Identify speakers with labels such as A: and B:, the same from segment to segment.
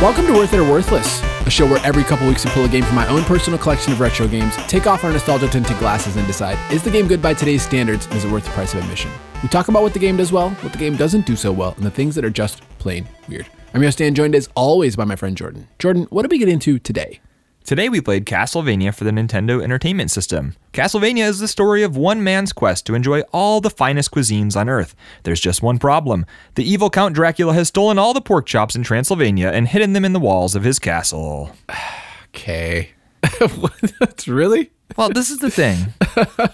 A: Welcome to Worth It or Worthless, a show where every couple weeks we pull a game from my own personal collection of retro games, take off our nostalgia tinted glasses, and decide is the game good by today's standards and is it worth the price of admission? We talk about what the game does well, what the game doesn't do so well, and the things that are just plain weird. I'm your host, Dan, joined as always by my friend Jordan. Jordan, what did we get into today?
B: Today we played Castlevania for the Nintendo Entertainment System. Castlevania is the story of one man's quest to enjoy all the finest cuisines on Earth. There's just one problem. The evil Count Dracula has stolen all the pork chops in Transylvania and hidden them in the walls of his castle.
A: Okay. That's really?
B: Well, this is the thing.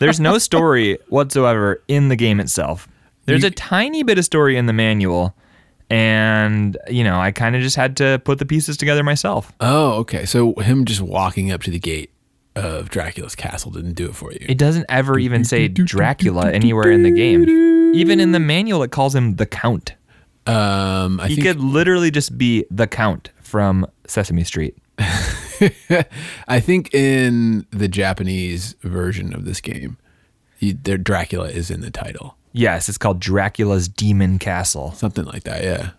B: There's no story whatsoever in the game itself. There's a tiny bit of story in the manual, and you know, I kind of just had to put the pieces together myself.
A: Oh, okay. So him just walking up to the gate of Dracula's castle didn't do it for you.
B: It doesn't ever even say Dracula anywhere in the game. Even in the manual, it calls him the Count.
A: Um, I
B: He
A: think
B: could literally just be the Count from Sesame Street.
A: I think in the Japanese version of this game, you, their Dracula is in the title,
B: Yes, it's called Dracula's Demon Castle
A: something like that. Yeah,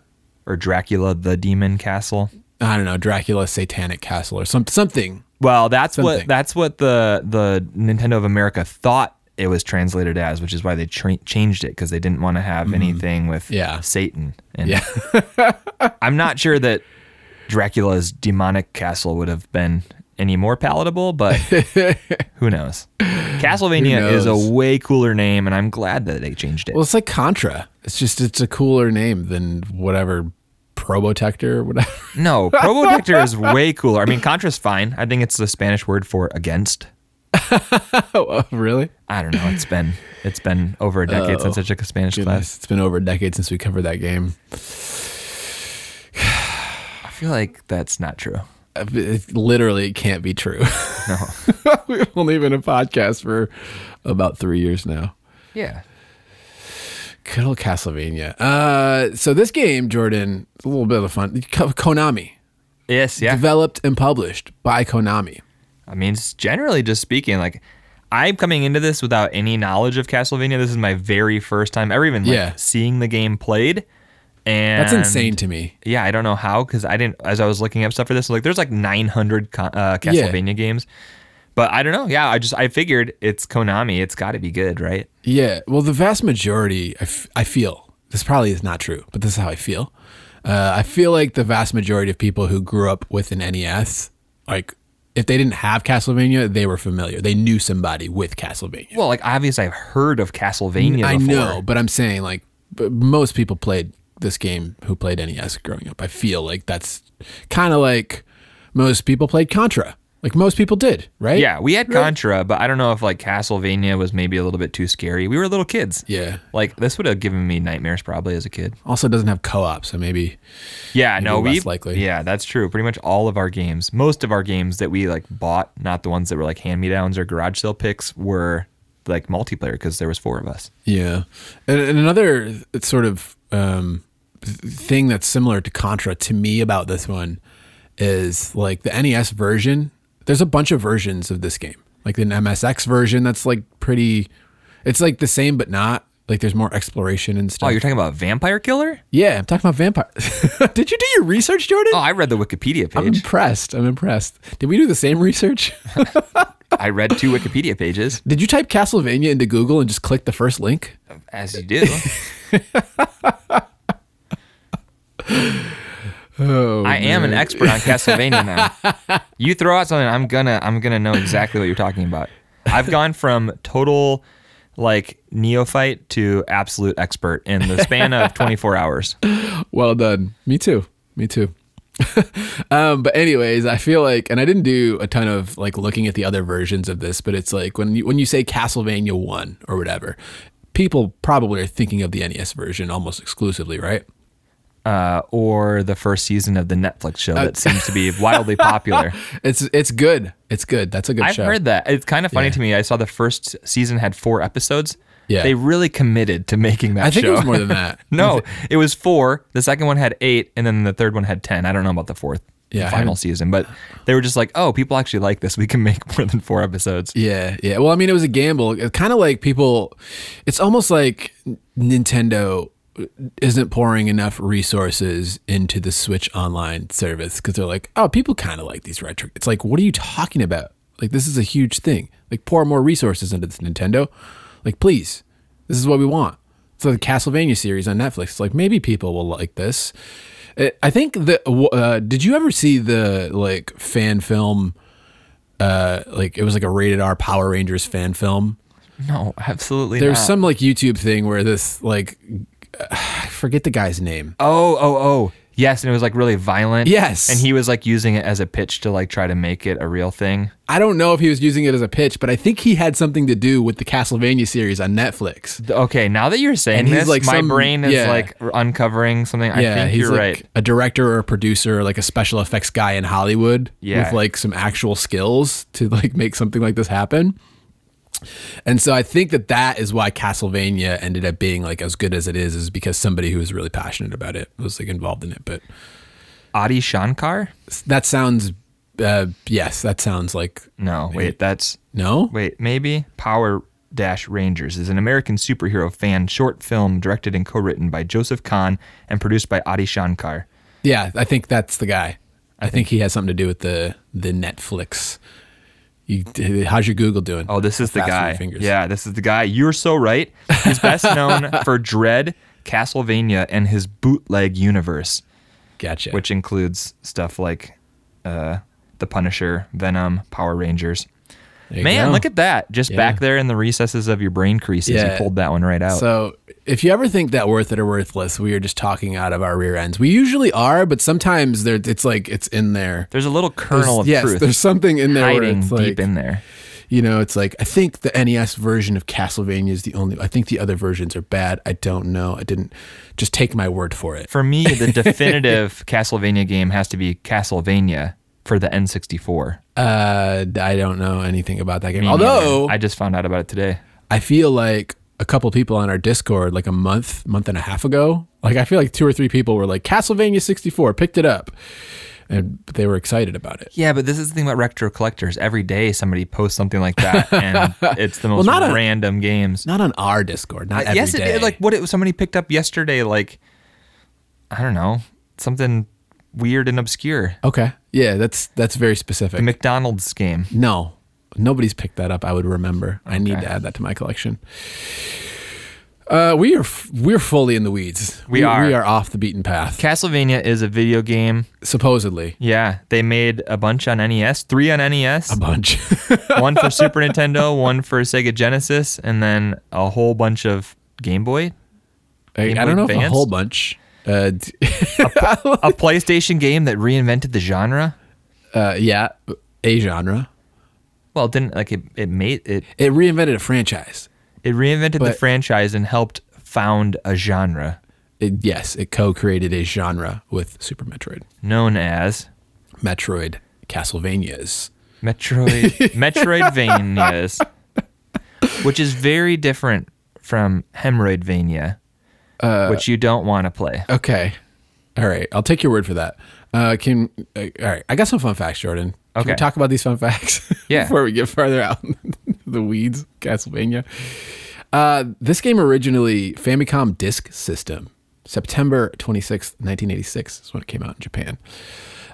B: or Dracula the Demon Castle.
A: I don't know, Dracula Satanic Castle or some, something.
B: Well, that's
A: Something.
B: what that's what the the Nintendo of America thought it was translated as, which is why they tra- changed it because they didn't want to have anything with
A: Mm-hmm. Yeah.
B: Satan. And
A: Yeah.
B: I'm not sure that Dracula's demonic castle would have been any more palatable, but who knows? Castlevania
A: Who
B: is a
A: knows?
B: way cooler name, and I'm glad that they changed it.
A: Well, it's like Contra. It's just it's a cooler name than whatever Probotector or whatever.
B: no, Probotector is way cooler. I mean, Contra's fine. I think it's the Spanish word for against.
A: oh, really?
B: I don't know. It's been it's been over a decade since I took a Spanish class.
A: Oh, Goodness, it's been over a decade since we covered that game.
B: I feel like that's not true.
A: Uh, It literally can't be true.
B: No.
A: We've only been a podcast for about three years now.
B: yeah.
A: Good old Castlevania. Uh, so this game, Jordan, it's a little bit of fun. Ko- Konami,
B: Yes. Yeah.
A: developed and published by Konami.
B: I mean, s- generally just speaking, like I'm coming into this without any knowledge of Castlevania. This is my very first time ever even like,
A: Yeah.
B: seeing the game played. And
A: That's insane to me.
B: Yeah, I don't know how because I didn't. As I was looking up stuff for this, like there's like 900 co- uh, Castlevania games, but I don't know. Yeah, I just I figured it's Konami. It's got to be good, right?
A: Yeah. Well, the vast majority, I, f- I feel, this probably is not true, but this is how I feel. Uh, I feel like the vast majority of people who grew up with an NES, like, if they didn't have Castlevania, they were familiar. They knew somebody with Castlevania.
B: Well, like obviously I've heard of Castlevania.
A: I
B: before.
A: know, but I'm saying, like, b- most people played this game who played NES growing up. I feel like that's kind of like most people played Contra. Like, most people did, right?
B: Yeah, we had Contra, but I don't know if like Castlevania was maybe a little bit too scary. We were little kids.
A: Yeah.
B: Like this would have given me nightmares probably as a kid.
A: Also, doesn't have co op, so maybe.
B: Yeah, no,
A: less
B: we
A: likely.
B: Yeah, that's true. Pretty much all of our games, most of our games that we like bought, not the ones that were like hand me downs or garage sale picks, were like multiplayer because there was four of us.
A: Yeah, and, and another sort of um, th- thing that's similar to Contra to me about this one is like the NES version. There's a bunch of versions of this game, like an MSX version that's like pretty. It's like the same but not. Like there's more exploration and
B: Oh,
A: stuff.
B: you're talking about Vampire Killer?
A: yeah, I'm talking about vampire. Did you do your research, Jordan?
B: Oh, I read the Wikipedia
A: I'm
B: page.
A: impressed. I'm impressed. Did we do the same research?
B: I read two Wikipedia pages,
A: Did you type Castlevania into Google and just click the first link?
B: as you do.
A: Oh,
B: I am an expert on Castlevania now. You throw out something, I'm gonna I'm gonna know exactly what you're talking about. I've gone from total like neophyte to absolute expert in the span of 24 hours.
A: Well done. Me too. Me too. um, but anyways, I feel like, and I didn't do a ton of like looking at the other versions of this, but it's like when you when you say Castlevania One or whatever, people probably are thinking of the NES version almost exclusively, right?
B: uh, or the first season of the Netflix show
A: Uh,
B: that seems to be wildly popular.
A: It's it's good. It's good. That's a good
B: I've
A: show.
B: heard that. It's kind of funny to me. I saw the first season had four episodes.
A: Yeah.
B: They really committed to making that
A: I think
B: show.
A: it was more than that.
B: no, it was four. The second one had eight, and then the third one had 10. I don't know about the fourth
A: Yeah, I
B: final
A: haven't-
B: season, but they were just like, oh, people actually like this. We can make more than four episodes.
A: Yeah, yeah. Well, I mean, it was a gamble. It's kind of like people. It's almost like Nintendo isn't pouring enough resources into the Switch Online service because they're like, oh, people kind of like these retro. It's like, what are you talking about? Like, this is a huge thing. Like, pour more resources into this Nintendo. Like, please, this is what we want. So the Castlevania series on Netflix. It's like maybe people will like this. Uh, I think the. Uh, did you ever see the like fan film? Uh, like it was like a rated R Power Rangers fan film.
B: No, absolutely
A: There's
B: not.
A: some like YouTube thing where this like I forget the guy's name.
B: Oh, oh, oh. Yes, and it was like really violent.
A: Yes.
B: And he was like using it as a pitch to like try to make it a real thing.
A: I don't know if he was using it as a pitch, but I think he had something to do with the Castlevania series on Netflix.
B: Th- Okay, now that you're saying
A: And he's,
B: this,
A: like,
B: my
A: some-
B: brain is
A: yeah.
B: like r- uncovering something. I
A: yeah,
B: think
A: he's
B: you're
A: like
B: right.
A: a director or a producer, like a special effects guy in Hollywood
B: Yeah.
A: with like some actual skills to like make something like this happen. And so I think that that is why Castlevania ended up being like as good as it is, is because somebody who was really passionate about it was like involved in it. But
B: Adi Shankar?
A: that sounds, uh, yes, that sounds like
B: No, wait, that's
A: no.
B: wait, maybe Power Dash Rangers is an American superhero fan short film directed and co-written by Joseph Kahn and produced by Adi Shankar.
A: Yeah, I think that's the guy. I think he has something to do with the the Netflix. You, how's your Google doing?
B: Oh, this is the
A: Fast with your
B: guy.
A: fingers.
B: Yeah, this is the guy. You're so right. He's best known for Dread, Castlevania, and his bootleg universe.
A: gotcha.
B: which includes stuff like uh, the Punisher, Venom, Power Rangers.
A: There you
B: Man,
A: go.
B: look at that! Just
A: Yeah.
B: back there in the recesses of your brain creases,
A: Yeah.
B: you pulled that one right out.
A: So, if you ever think that worth it or worthless, we are just talking out of our rear ends. We usually are, but sometimes there it's like it's in there.
B: there's a little kernel of
A: yes,
B: truth
A: there's something in there where
B: hiding
A: it's
B: deep
A: like,
B: in there.
A: you know, it's like I think the NES version of Castlevania is the only. I think the other versions are bad. I don't know. I didn't just take my word for it.
B: For me, the definitive Castlevania game has to be Castlevania for the N64.
A: Uh, I don't know anything about that game. Although
B: I just found out about it today.
A: I feel like a couple people on our Discord like a month, month and a half ago. Like I feel like two or three people were like Castlevania 64, picked it up, and they were excited about it.
B: Yeah, but this is the thing about retro collectors. Every day somebody posts something like that, and it's the most
A: not a-
B: random games.
A: Not on our Discord, not
B: Uh,
A: every
B: yes, it
A: day.
B: did. Like what it, somebody picked up yesterday, like I don't know, something weird and obscure.
A: okay, yeah, that's that's very specific.
B: The McDonald's game.
A: no, nobody's picked that up. I would remember. I need
B: Okay.
A: to add that to my collection. Uh, we are f- we're fully in the weeds.
B: We are.
A: we are off the beaten path.
B: Castlevania is a video game.
A: supposedly,
B: Yeah, they made a bunch on NES, three on E
A: a
B: NES,
A: bunch.
B: one for Super Nintendo, one for Sega Genesis, and then a whole bunch of Game Boy,
A: I,
B: Game
A: I don't
B: Boy
A: know if a
B: Advance?
A: whole bunch. Uh, d-
B: a PlayStation game that reinvented the genre.
A: uh, yeah, a genre.
B: Well, it didn't like it. It made it.
A: It reinvented a franchise.
B: It reinvented the
A: But-
B: franchise and helped found a genre
A: It, yes, it co-created a genre with Super Metroid,
B: known as
A: Metroid, Castlevanias.
B: Metroid Metroidvanias, which is very different from Hemorrhoidvania,
A: Uh,
B: which you don't want to play.
A: Okay, all right, I'll take your word for that. Uh, can uh, all right, I got some fun facts, Jordan. Can we
B: Okay.
A: talk about these fun facts
B: Yeah.
A: before we get farther out in the weeds, Castlevania. Uh, this game originally Famicom Disk System, September 26th, 1986 is when it came out in Japan.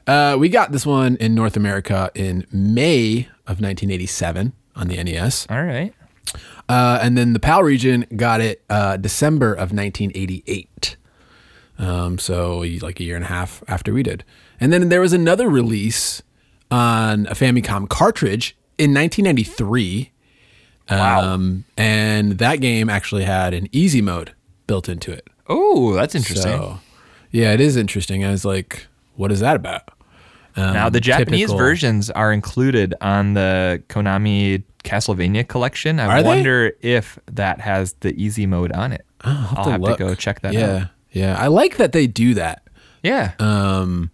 A: Uh, we got this one in North America in May of 1987 on the E NES.
B: All right.
A: Uh, and then the PAL region got it uh, December of 1988. Um, so y- like a year and a half after we did. And then there was another release on a Famicom cartridge in 1993.
B: Wow.
A: Um, and that game actually had an easy mode built into it.
B: oh, that's interesting.
A: So yeah, it is interesting. I was like, what is that about? Um,
B: now the Japanese
A: typical-
B: versions are included on the Konami Castlevania collection. I
A: Are they?
B: wonder if that has the easy mode on it. I'll have, to,
A: look.
B: go check that
A: yeah,
B: out.
A: Yeah. I like that they do that.
B: Yeah.
A: Um,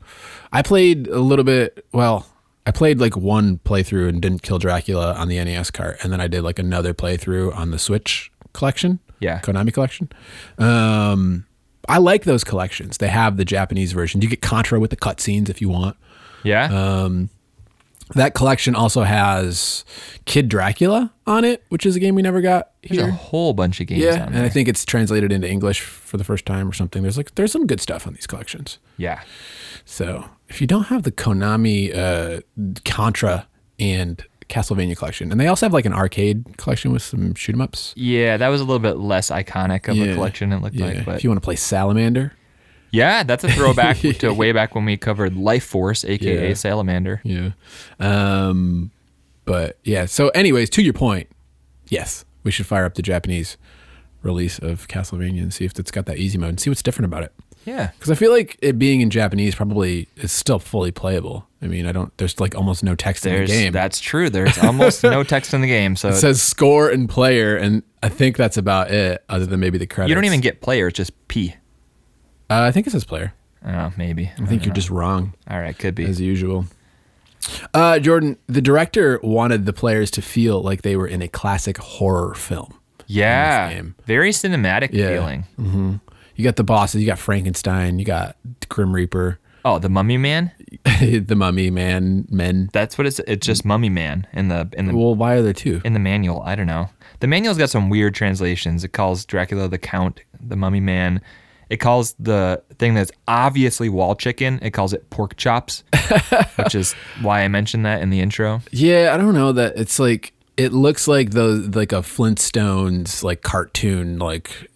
A: I played a little bit. Well, I played like one playthrough and didn't kill Dracula on the NES cart, and then I did like another playthrough on the Switch collection.
B: Yeah.
A: Konami collection. Um, I like those uh, collections. They have the Japanese version. You get Contra with the cutscenes if you want.
B: yeah.
A: Um, That collection also has Kid Dracula on it, which is a game we never got
B: There's a
A: here.
B: whole bunch of games
A: Yeah,
B: on
A: and I
B: there.
A: think it's translated into English for the first time or something. There's like there's some good stuff on these collections.
B: Yeah.
A: So if you don't have the Konami uh, Contra and Castlevania collection, and they also have like an arcade collection with some shoot 'em ups.
B: Yeah, that was a little bit less iconic of
A: Yeah.
B: a collection it looked
A: Yeah,
B: like. But
A: if you want to play Salamander,
B: yeah, that's a throwback to way back when we covered Life Force, aka
A: Yeah.
B: Salamander.
A: yeah. Um, but yeah. So, anyways, to your point, yes, we should fire up the Japanese release of Castlevania and see if it's got that easy mode and see what's different about it.
B: Yeah.
A: Because I feel like it being in Japanese probably is still fully playable. I mean, I don't. There's like almost no text in the
B: There's
A: game.
B: that's true. There's almost no text in the game, so
A: It says score and player, and I think that's about it, other than maybe the credits.
B: you don't even get player. It's just P.
A: Uh, I think it says player.
B: Oh, maybe.
A: I think you're just wrong,
B: All right, could be.
A: as usual. Uh, Jordan, the director wanted the players to feel like they were in a classic horror film.
B: yeah,
A: game.
B: very cinematic
A: Yeah.
B: feeling.
A: You got the bosses, you got Frankenstein, you got Grim Reaper,
B: Oh, the Mummy Man.
A: the Mummy, Man, Men.
B: That's what it's. It's just Mummy Man in the in the
A: Well, why are there two?
B: in the manual. I don't know. The manual's got some weird translations. It calls Dracula the Count, the Mummy Man. It calls the thing that's obviously wall chicken. It calls it pork chops, which is why I mentioned that in the intro.
A: Yeah, I don't know that it's like it looks like those like a Flintstones like cartoon like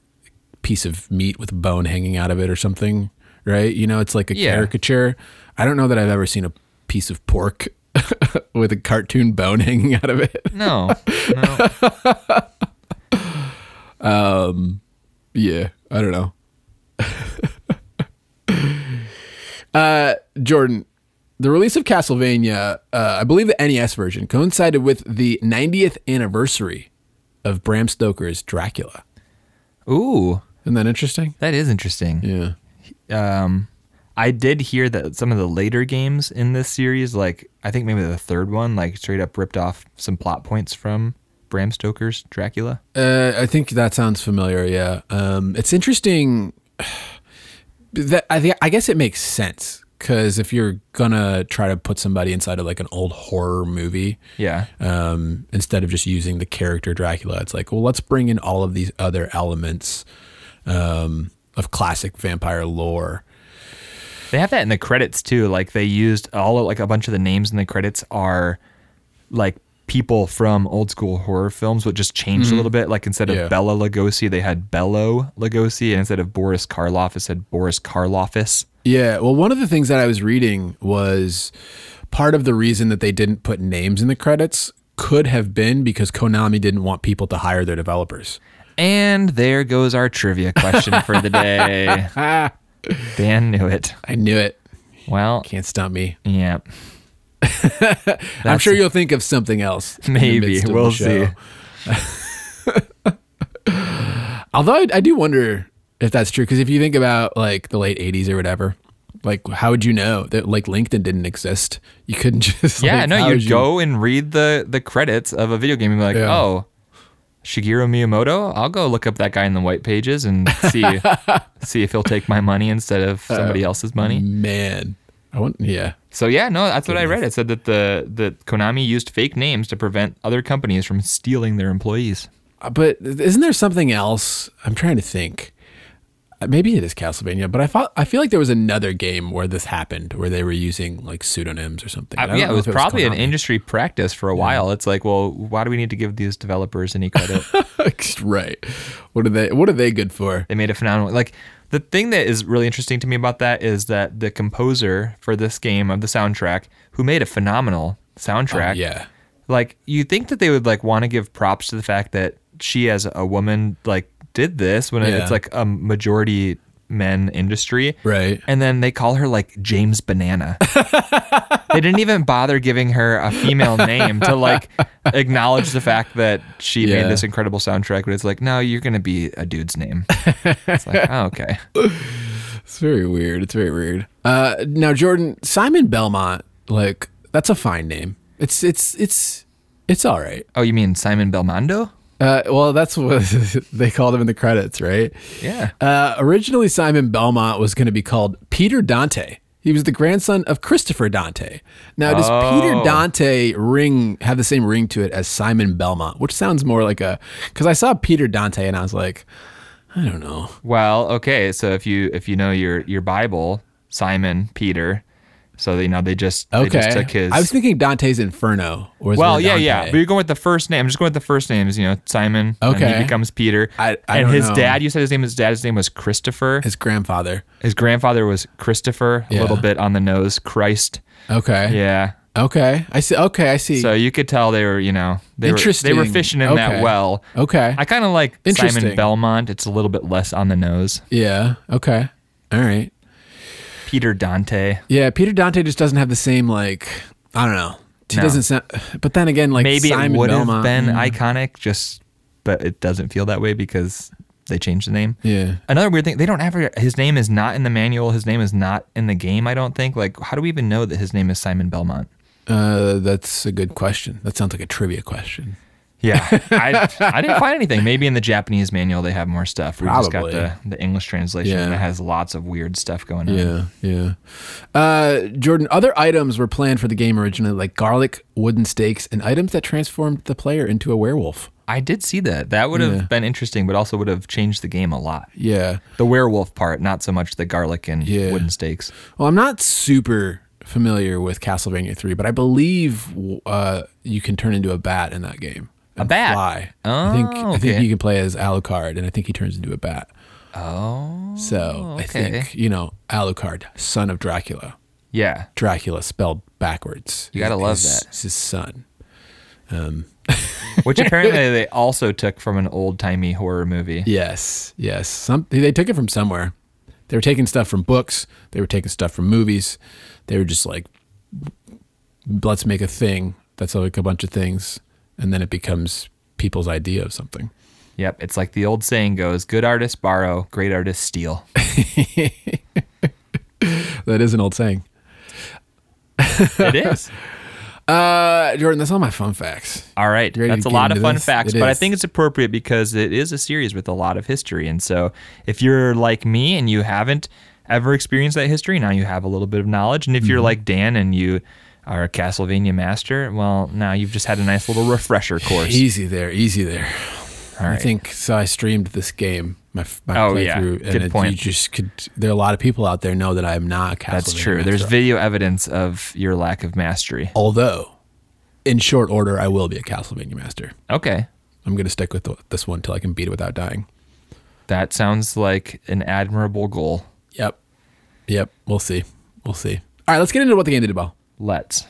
A: piece of meat with a bone hanging out of it or something, right? You know, it's like a
B: Yeah.
A: caricature. I don't know that I've ever seen a piece of pork with a cartoon bone hanging out of it.
B: No, no.
A: Yeah, I don't know. uh, Jordan, the release of Castlevania, uh, I believe the NES version, coincided with the 90th anniversary of Bram Stoker's Dracula.
B: Ooh,
A: Isn't that interesting?
B: that is interesting.
A: Yeah.
B: um, I did hear that some of the later games in this series, like I think maybe the third one, like straight up ripped off some plot points from Bram Stoker's Dracula.
A: Uh, I think that sounds familiar. Yeah. Um, it's interesting. That I, thi- I guess it makes sense because if you're gonna try to put somebody inside of like an old horror movie,
B: Yeah,
A: um, instead of just using the character Dracula. It's like, well, let's bring in all of these other elements um, of classic vampire lore.
B: they have that in the credits too. Like they used all of, like a bunch of the names in the credits are like people from old school horror films, but just changed a little bit. Like instead of
A: Yeah.
B: Bella Lugosi, they had Bello Lugosi, and instead of Boris Karloff, it said Boris Karloffis.
A: Yeah. Well, one of the things that I was reading was part of the reason that they didn't put names in the credits could have been because Konami didn't want people to hire their developers.
B: And there goes our trivia question for the day. Dan knew it.
A: I knew it.
B: Well,
A: Can't stump me.
B: yeah,
A: I'm sure you'll think of something else. in the
B: Maybe.
A: midst of the
B: We'll
A: show. Although I, I do wonder if that's true, because if you think about like the late '80s or whatever, like how would you know that like LinkedIn didn't exist? You couldn't just
B: yeah.
A: like,
B: no,
A: how
B: you
A: would
B: go and read the the credits of a video game and be like,
A: Yeah.
B: oh, Shigeru Miyamoto. I'll go look up that guy in the white pages and see see if he'll take my money instead of
A: Uh,
B: somebody else's money.
A: man. I want yeah.
B: So yeah, no, that's what I read. It said that the that Konami used fake names to prevent other companies from stealing their employees.
A: Uh, But isn't there something else? I'm trying to think. Uh, Maybe it is Castlevania, but I thought I feel like there was another game where this happened, where they were using like pseudonyms or something. I don't
B: Uh, yeah,
A: know
B: it was
A: if
B: probably an
A: Konami.
B: industry practice for a while. It's like, well, why do we need to give these developers any credit?
A: right. What are they? What are they good for?
B: they made a phenomenal like the thing that is really interesting to me about that is that the composer for this game of the soundtrack who made a phenomenal soundtrack
A: Oh, Yeah.
B: like you think that they would like want to give props to the fact that she as a woman like did this when
A: Yeah.
B: it's like a majority men industry
A: Right.
B: and then they call her like James Banana. they didn't even bother giving her a female name to like acknowledge the fact that she
A: Yeah.
B: made this incredible soundtrack. But it's like, no, you're gonna be a dude's name. It's like, oh, okay.
A: It's very weird. It's very weird. Uh, now, Jordan Simon Belmont, like that's a fine name. It's it's it's it's all right.
B: Oh, you mean Simon Belmondo?
A: Uh, well, that's what they called him in the credits, right?
B: Yeah.
A: Uh, originally, Simon Belmont was going to be called Peter Dante, He was the grandson of Christopher Dante. Now, does
B: Oh.
A: Peter Dante ring have the same ring to it as Simon Belmont, which sounds more like a because I saw Peter Dante and I was like, I don't know.
B: Well, okay. So if you if you know your your Bible, Simon, Peter, so you know they just
A: Okay,
B: they just took his.
A: I was thinking Dante's Inferno. Or is
B: well,
A: it
B: yeah,
A: Dante?
B: yeah. But you're going with the first name. I'm just going with the first names. You know, Simon. And
A: Okay.
B: he becomes Peter.
A: I- I
B: and
A: don't
B: his
A: know.
B: dad. You said his name. His dad's name was Christopher.
A: His grandfather.
B: His grandfather was Christopher. A
A: Yeah.
B: little bit on the nose. Christ.
A: Okay.
B: Yeah.
A: Okay. I see. Okay. I see.
B: So you could tell they were, you know, they were they were
A: Interesting.
B: fishing in
A: Okay.
B: that well.
A: okay.
B: I kind of like
A: Interesting.
B: Simon Belmont. It's a little bit less on the nose.
A: yeah. Okay. All right.
B: Peter Dante.
A: Yeah. Peter Dante just doesn't have the same like I don't know. He
B: No.
A: doesn't sound. But then again, like
B: Maybe
A: Simon
B: it would have
A: Belmont. Mm. Hmm.
B: been iconic, just but it doesn't feel that way because they changed the name.
A: Yeah.
B: Another weird thing, they don't ever. His name is not in the manual. His name is not in the game. I don't think. Like, how do we even know that his name is Simon Belmont?
A: Uh, that's a good question. That sounds like a trivia question.
B: Yeah, I, I didn't find anything. Maybe in the Japanese manual they have more stuff. We just got
A: Probably.
B: the, the English translation
A: Yeah.
B: that has lots of weird stuff going on.
A: Yeah, yeah. Uh, Jordan, other items were planned for the game originally, like garlic, wooden stakes, and items that transformed the player into a werewolf.
B: I did see that. That would have
A: Yeah.
B: been interesting, but also would have changed the game a lot.
A: Yeah.
B: The werewolf part, not so much the garlic and
A: Yeah.
B: wooden stakes.
A: Well, I'm not super familiar with Castlevania 3, but I believe uh, you can turn into a bat in that game. and
B: bat?
A: Fly. I think
B: Oh,
A: I think
B: okay.
A: you can play as Alucard, and I think he turns into a bat.
B: Oh,
A: So I
B: okay.
A: think you know Alucard, son of Dracula.
B: yeah.
A: Dracula spelled backwards.
B: You gotta
A: He's-
B: love
A: he's-
B: that.
A: He's his son.
B: Which apparently they also took from an old timey horror movie.
A: Yes, yes. Some they took it from somewhere. They were taking stuff from books. They were taking stuff from movies. They were just like, let's make a thing that's like a bunch of things, and then it becomes people's idea of something.
B: Yep. It's like the old saying goes good artists borrow, great artists steal.
A: That is an old saying.
B: It is.
A: Uh, Jordan, that's all my fun facts.
B: All right.
A: ready to
B: That's a
A: get
B: lot of
A: into
B: fun
A: this?
B: facts,
A: It
B: but I
A: is.
B: think it's appropriate because it is a series with a lot of history. And so if you're like me and you haven't ever experienced that history, now you have a little bit of knowledge. And if
A: Mm-hmm.
B: you're like Dan and you are a Castlevania master, well, now you've just had a nice little refresher course.
A: Easy there, easy there.
B: All
A: I
B: right.
A: think so. I streamed this game, my, f- my
B: Oh, yeah.
A: playthrough,
B: Good
A: and it, you
B: point.
A: just could. There are a lot of people out there know that I am not. A Castlevania
B: That's true. There's
A: master.
B: video evidence of your lack of mastery.
A: although, in short order, I will be a Castlevania master.
B: Okay.
A: I'm gonna stick with the, this one till I can beat it without dying.
B: That sounds like an admirable goal.
A: Yep. Yep. We'll see. We'll see. All right, let's get into what the game did about.
B: Let's.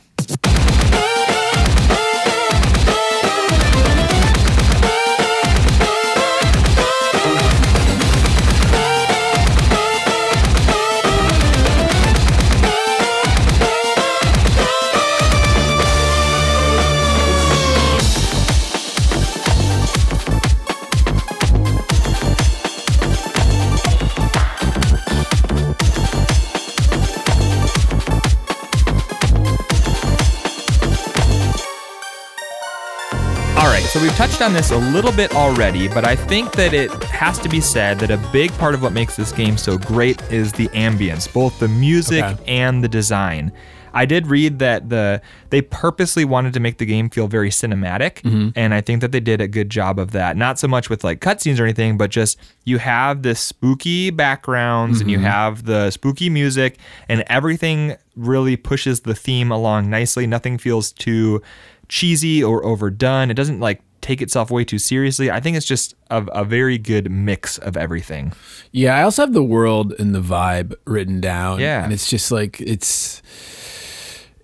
B: All right, so we've touched on this a little bit already, but I think that it has to be said that a big part of what makes this game so great is the ambience, both the music
A: Okay.
B: and the design. I did read that the they purposely wanted to make the game feel very cinematic, and I think that they did a good job of that. Not so much with like cutscenes or anything, but just you have this spooky backgrounds and you have the spooky music, and everything really pushes the theme along nicely. Nothing feels too cheesy or overdone. It doesn't like take itself way too seriously. I think it's just a, a very good mix of everything.
A: Yeah, I also have the world and the vibe written down.
B: Yeah.
A: and it's just like it's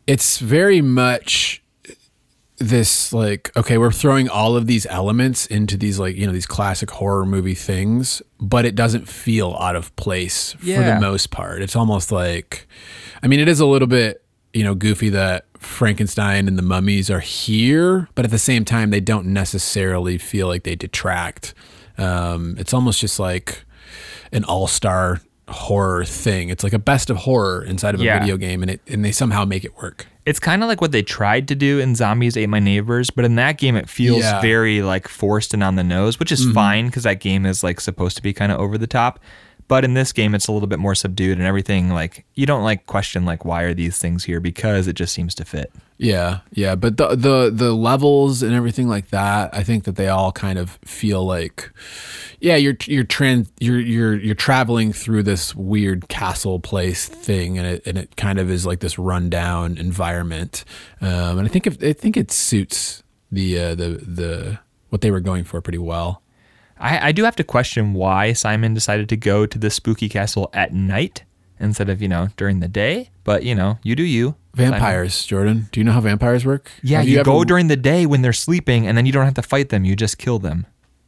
A: it's very much this like okay we're throwing all of these elements into these like you know these classic horror movie things but it doesn't feel out of place for the
B: Yeah.
A: most part it's almost like i mean it is a little bit you know goofy that frankenstein and the mummies are here but at the same time they don't necessarily feel like they detract um, it's almost just like an all-star horror thing it's like a best of horror inside of a
B: Yeah.
A: video game and it and they somehow make it work
B: It's kind of like what they tried to do in Zombies Ate My Neighbors, but in that game it feels
A: Yeah.
B: very like forced and on the nose, which is fine because that game is like supposed to be kind of over the top. But in this game, it's a little bit more subdued and everything. Like you don't like question like why are these things here because it just seems to fit.
A: Yeah, yeah, but the the the levels and everything like that, I think that they all kind of feel like, yeah, you're you're trans you're you're you're traveling through this weird castle place thing, and it and it kind of is like this rundown environment, um, and I think if, I think it suits the uh, the the what they were going for pretty well.
B: I, I do have to question why Simon decided to go to the spooky castle at night instead of you know during the day. But you know, you do you. Simon.
A: Vampires, Jordan. Do you know how vampires work?
B: Yeah,
A: Have
B: you,
A: ever-
B: go during the day when they're sleeping, and then you don't have to fight them. You just kill them.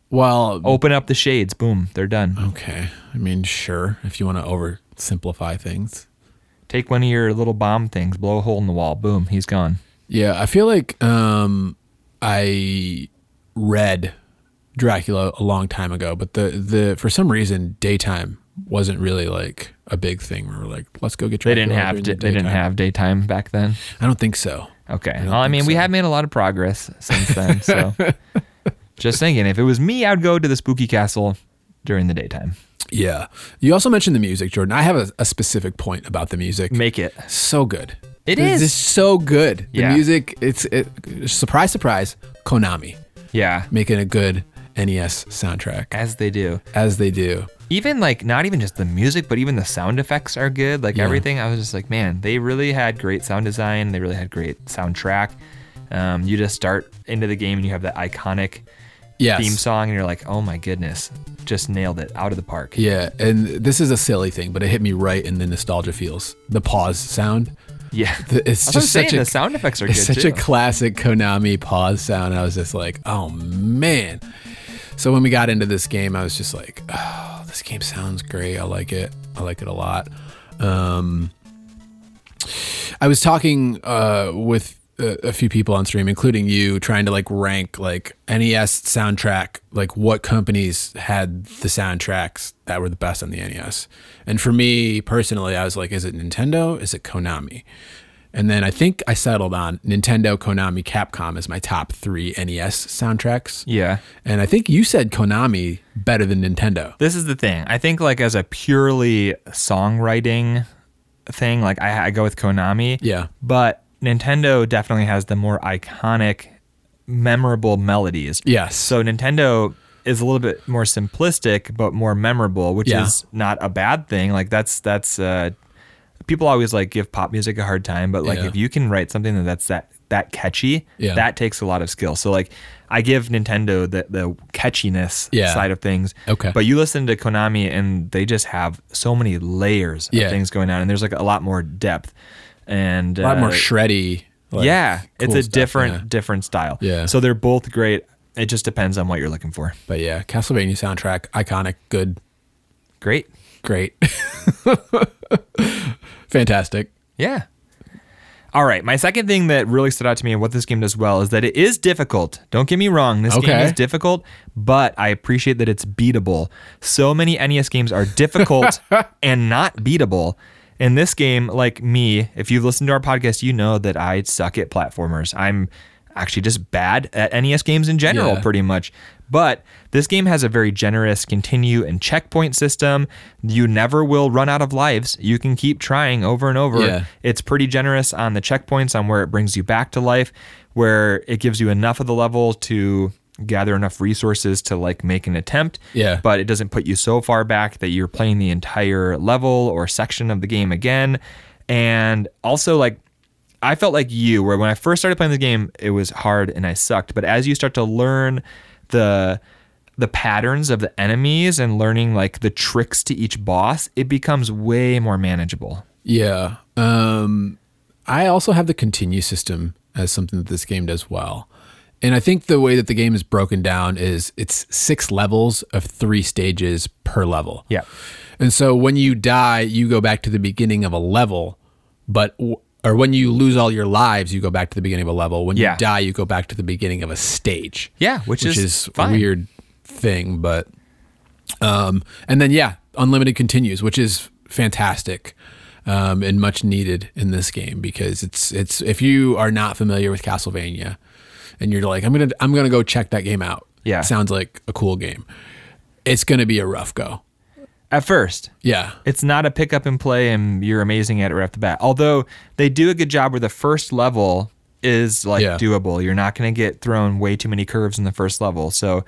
A: Well,
B: Open up the shades. Boom, they're done.
A: Oh, okay. I mean, sure, if you want to oversimplify things.
B: Take one of your little bomb things, blow a hole in the wall. Boom, he's gone.
A: Yeah, I feel like um, I read Dracula a long time ago, but the the for some reason daytime wasn't really like a big thing. We were like, let's go get Dracula.
B: They didn't have
A: during
B: they
A: the
B: didn't
A: daytime.
B: have daytime back then.
A: I don't think so.
B: Okay.
A: don't
B: well, I
A: think
B: mean, we
A: so.
B: have made a lot of progress since then. So, just thinking, if it was me, I'd go to the spooky castle during the daytime.
A: Yeah. You also mentioned the music, Jordan. I have a, a specific point about the music.
B: Make it.
A: so good. It
B: It
A: is
B: is.
A: so good. The
B: Yeah.
A: music. It's it, surprise, surprise. Konami
B: Yeah,
A: making a good NES soundtrack
B: as they do.
A: as they do.
B: Even like not even just the music, but even the sound effects are good. Like everything, I was just like, man, they really had great sound design. They really had great soundtrack. Um, you just start into the game and you have that iconic
A: Yes.
B: theme song, and you're like, oh my goodness, just nailed it out of the park.
A: Yeah, and this is a silly thing, but it hit me right in the nostalgia feels. The pause sound.
B: Yeah,
A: Th- It's
B: That's what I'm
A: just such
B: saying,
A: a
B: the sound effects are
A: it's
B: good
A: such a
B: too.
A: classic Konami pause sound. I was just like, oh man. So when we got into this game, I was just like, oh, this game sounds great. I like it. I like it a lot. Um, I was talking uh, with a, a few people on stream, including you, trying to like rank like NES soundtrack, like what companies had the soundtracks that were the best on the NES. And for me personally, I was like, is it Nintendo? Is it Konami? And then I think I settled on Nintendo, Konami, Capcom as my top three NES soundtracks.
B: yeah.
A: And I think you said Konami better than Nintendo.
B: This is the thing. I think like as a purely songwriting thing, like I, I go with Konami.
A: Yeah.
B: But Nintendo definitely has the more iconic, memorable melodies.
A: Yes.
B: So Nintendo is a little bit more simplistic, but more memorable, which
A: Yeah.
B: is not a bad thing. Like that's that's uh, people always like give pop music a hard time, but like
A: Yeah.
B: if you can write something that that's that that catchy,
A: Yeah.
B: that takes a lot of skill. So like I give Nintendo the the catchiness
A: Yeah.
B: side of things.
A: Okay.
B: But you listen to Konami and they just have so many layers
A: Yeah.
B: of things going on, and there's like a lot more depth and uh,
A: a lot more shreddy. like,
B: yeah, it's
A: cool
B: a
A: stuff,
B: different
A: yeah.
B: different style.
A: Yeah.
B: So they're both great. It just depends on what you're looking for.
A: But yeah, Castlevania soundtrack, iconic, good,
B: Great.
A: great, fantastic.
B: Yeah. All right. My second thing that really stood out to me and what this game does well is that it is difficult. Don't get me wrong. This game
A: Okay.
B: is difficult, but I appreciate that it's beatable. So many NES games are difficult and not beatable. In this game, like me, if you've listened to our podcast, you know that I suck at platformers. I'm actually just bad at NES games in general,
A: Yeah.
B: pretty much. But this game has a very generous continue and checkpoint system. You never will run out of lives. You can keep trying over and over.
A: Yeah.
B: It's pretty generous on the checkpoints on where it brings you back to life, where it gives you enough of the level to gather enough resources to like make an attempt.
A: Yeah.
B: But it doesn't put you so far back that you're playing the entire level or section of the game again. And also like I felt like you, where when I first started playing the game, it was hard and I sucked. But as you start to learn the the patterns of the enemies and learning like the tricks to each boss, it becomes way more manageable.
A: Yeah. Um, I also have the continue system as something that this game does well. And I think the way that the game is broken down is it's six levels of three stages per level.
B: Yeah.
A: And so when you die, you go back to the beginning of a level, but w- or when you lose all your lives, you go back to the beginning of a level. When
B: Yeah.
A: you die, you go back to the beginning of a stage.
B: Yeah, which
A: which
B: is
A: is,
B: fine.
A: a weird thing, but um, and then yeah, unlimited continues, which is fantastic um, and much needed in this game because it's it's if you are not familiar with Castlevania and you're like I'm gonna I'm gonna go check that game out.
B: Yeah.
A: sounds like a cool game. It's gonna be a rough go.
B: at first.
A: Yeah.
B: It's not a pick up and play, and you're amazing at it right off the bat. Although they do a good job where the first level is like
A: Yeah.
B: doable. You're not going to get thrown way too many curves in the first level. So,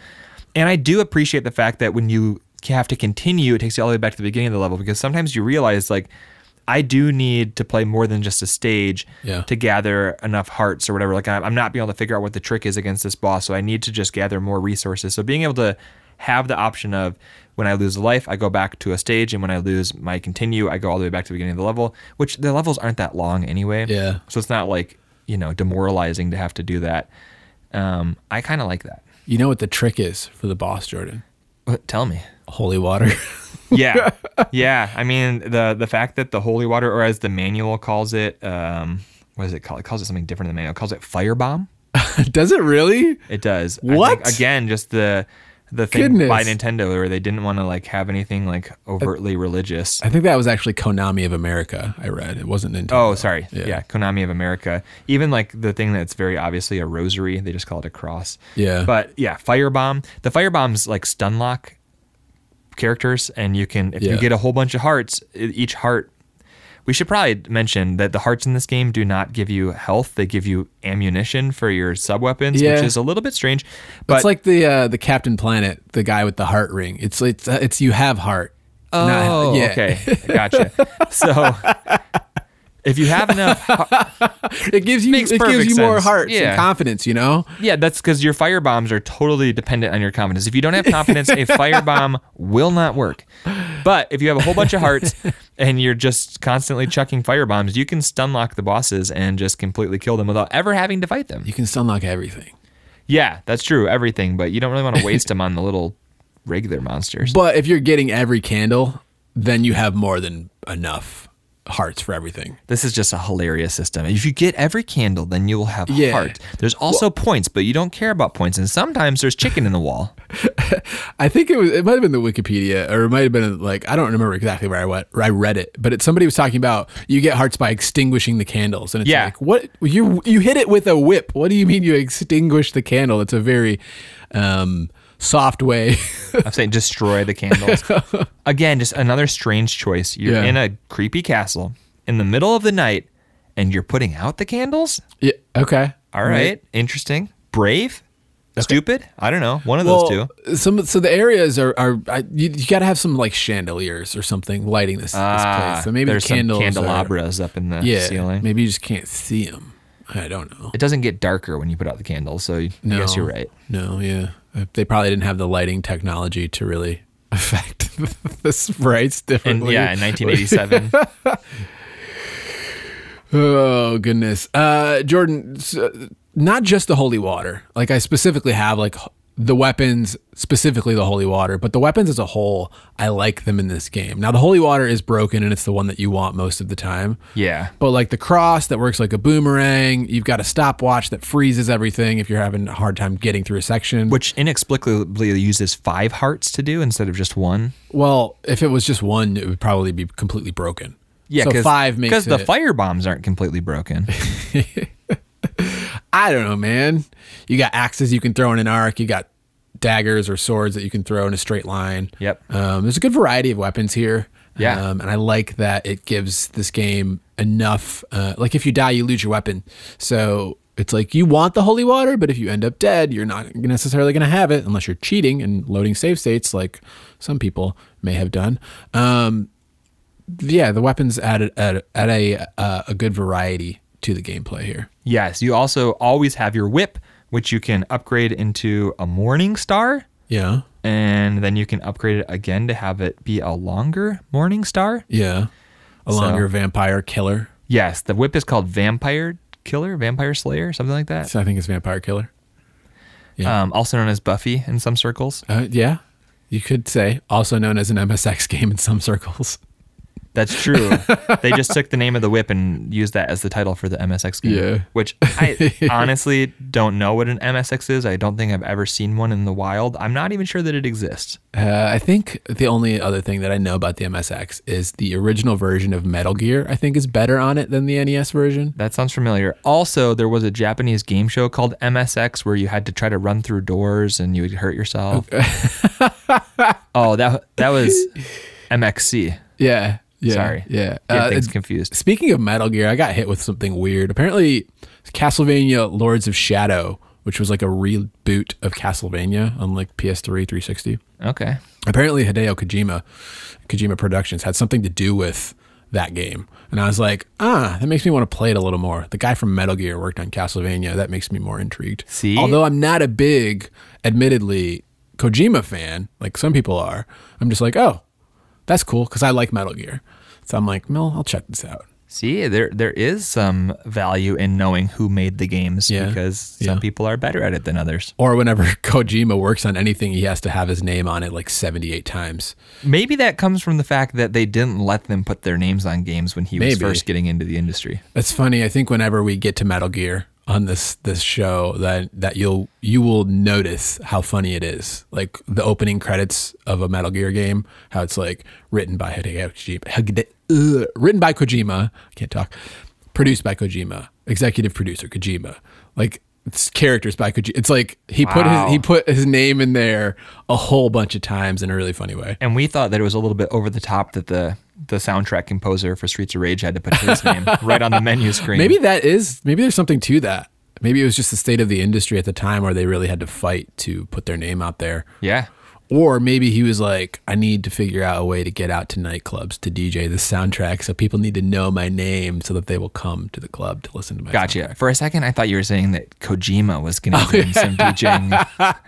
B: and I do appreciate the fact that when you have to continue, it takes you all the way back to the beginning of the level because sometimes you realize like. I do need to play more than just a stage
A: Yeah.
B: to gather enough hearts or whatever. Like I'm I'm not being able to figure out what the trick is against this boss, so I need to just gather more resources. So being able to have the option of when I lose a life, I go back to a stage, and when I lose my continue, I go all the way back to the beginning of the level. Which the levels aren't that long anyway.
A: Yeah.
B: So it's not like you know demoralizing to have to do that. Um, I kind of like that.
A: You know what the trick is for the boss, Jordan?
B: But tell me.
A: Holy water.
B: Yeah, yeah. I mean the the fact that the holy water, or as the manual calls it, um, what does it call? It calls it something different than the manual. It calls it firebomb.
A: Does it really?
B: It does. I
A: What?
B: think, again, just the the thing
A: Goodness.
B: by Nintendo where they didn't want to like have anything like overtly religious.
A: I think that was actually Konami of America. I read it wasn't Nintendo.
B: Oh, sorry.
A: Yeah.
B: Yeah. Konami of America. Even like the thing that's very obviously a rosary, they just call it a cross.
A: Yeah.
B: But yeah, firebomb. The firebomb's like stun lock characters, and you can if
A: Yeah.
B: you get a whole bunch of hearts, e- each heart. We should probably mention that the hearts in this game do not give you health; they give you ammunition for your sub weapons,
A: Yeah.
B: which is a little bit strange. But
A: it's like the uh, the Captain Planet, the guy with the heart ring. It's it's uh, it's you have heart.
B: Oh,
A: Not- yeah.
B: okay. Gotcha. so if you have enough,
A: It gives you
B: Makes
A: it gives
B: perfect
A: you more
B: sense.
A: hearts and
B: Yeah.
A: confidence. You know.
B: yeah, that's because your fire bombs are totally dependent on your confidence. If you don't have confidence, a fire bomb will not work. But if you have a whole bunch of hearts and you're just constantly chucking fire bombs, you can stun lock the bosses and just completely kill them without ever having to fight them.
A: You can sunlock everything.
B: Yeah, that's true. Everything, but you don't really want to waste them on the little regular monsters.
A: But if you're getting every candle, then you have more than enough hearts for everything.
B: This is just a hilarious system. If you get every candle, then you will have
A: Yeah.
B: heart. There's also points, but you don't care about points. And sometimes there's chicken in the wall.
A: I think it was it might have been the Wikipedia or it might have been like I don't remember exactly where I went where I read it, but it somebody was talking about you get hearts by extinguishing the candles and it's
B: Yeah.
A: like what you you hit it with a whip. What do you mean you extinguish the candle? It's a very um soft way.
B: I'm saying destroy the candles. Again, just another strange choice. You're
A: Yeah.
B: in a creepy castle in the middle of the night and you're putting out the candles?
A: yeah, okay.
B: All right. Interesting. Brave? Stupid? I don't know. One of those two.
A: Some so the areas are are I, you, you got to have some like chandeliers or something lighting this, this
B: Ah,
A: place. So maybe the
B: there's some
A: candles are-
B: candelabras up in the
A: yeah,
B: ceiling.
A: Maybe you just can't see them. I don't know.
B: It doesn't get darker when you put out the candles, so I guess you're right.
A: No, yeah. Uh, They probably didn't have the lighting technology to really affect the sprites
B: And
A: differently.
B: yeah, in 1987.
A: Oh, goodness. Uh, Jordan, s- uh, not just the holy water. Like, I specifically have, like, h- the weapons, specifically the holy water, but the weapons as a whole, I like them in this game. Now, the holy water is broken and it's the one that you want most of the time.
B: yeah.
A: But like the cross that works like a boomerang, you've got a stopwatch that freezes everything if you're having a hard time getting through a section.
B: which inexplicably uses five hearts to do instead of just one.
A: Well, if it was just one, it would probably be completely broken.
B: Yeah,
A: so five makes
B: because the
A: it-
B: fire bombs aren't completely broken.
A: I don't know, man. You got axes you can throw in an arc. You got daggers or swords that you can throw in a straight line.
B: Yep.
A: Um, there's a good variety of weapons here.
B: Yeah.
A: Um, and I like that it gives this game enough. Uh, like if you die, you lose your weapon. So it's like you want the holy water, but if you end up dead, you're not necessarily going to have it unless you're cheating and loading save states, like some people may have done. Um, yeah, the weapons added at, at a uh, a good variety to the gameplay here.
B: yes, you also always have your whip, which you can upgrade into a morning star,
A: Yeah.
B: and then you can upgrade it again to have it be a longer morning star.
A: Yeah. A
B: So-
A: longer vampire killer.
B: Yes, the whip is called vampire killer, vampire slayer, something like that.
A: So I think it's vampire killer.
B: Um, also known as Buffy in some circles.
A: Uh, yeah. You could say, also known as an MSX game in some circles.
B: That's true. they just took the name of the whip and used that as the title for the MSX game.
A: Yeah.
B: Which I honestly don't know what an MSX is. I don't think I've ever seen one in the wild. I'm not even sure that it exists.
A: Uh, I think the only other thing that I know about the MSX is the original version of Metal Gear, I think, is better on it than the NES version.
B: That sounds familiar. Also, there was a Japanese game show called MSX where you had to try to run
A: Uh,
B: through doors and you would hurt yourself. oh, that that was MXC.
A: Yeah. Yeah.
B: Sorry.
A: Yeah.
B: Getting
A: Uh,
B: things
A: it's-
B: confused.
A: Speaking of Metal Gear, I got hit with something weird. Apparently, Castlevania Lords of Shadow, which was like a reboot of Castlevania on like PS3, 360.
B: Okay.
A: Apparently, Hideo Kojima, Kojima Productions, had something to do with that game. And I was like, ah, that makes me want to play it a little more. The guy from Metal Gear worked on Castlevania. That makes me more intrigued.
B: See?
A: Although I'm not a big, admittedly, Kojima fan, like some people are, I'm just like, oh, that's cool because I like Metal Gear. So I'm like, no, I'll check this out.
B: See, there there is some value in knowing who made the games
A: Yeah.
B: because some
A: Yeah.
B: people are better at it than others.
A: Or whenever Kojima works on anything, he has to have his name on it like 78 times.
B: Maybe that comes from the fact that they didn't let them put their names on games when he was
A: Maybe.
B: first getting into the industry.
A: That's funny. I think whenever we get to Metal Gear on this this show, that that you'll you will notice how funny it is. Like the opening credits of a Metal Gear game, how it's like written by Hideo Kojima, Hide- ugh, written by Kojima. I can't talk. Produced by Kojima, executive producer Kojima. Like it's characters by Kojima. It's like he put
B: Wow.
A: his he put his name in there a whole bunch of times in a really funny way.
B: And we thought that it was a little bit over the top that the the soundtrack composer for Streets of Rage had to put his name right on the menu screen.
A: Maybe that is maybe there's something to that. Maybe it was just the state of the industry at the time where they really had to fight to put their name out there.
B: Yeah.
A: Or maybe he was like, I need to figure out a way to get out to nightclubs to DJ the soundtrack so people need to know my name so that they will come to the club to listen to my
B: Gotcha. For a second, I thought you were saying that Kojima was going
A: Oh,
B: to be doing some DJing. That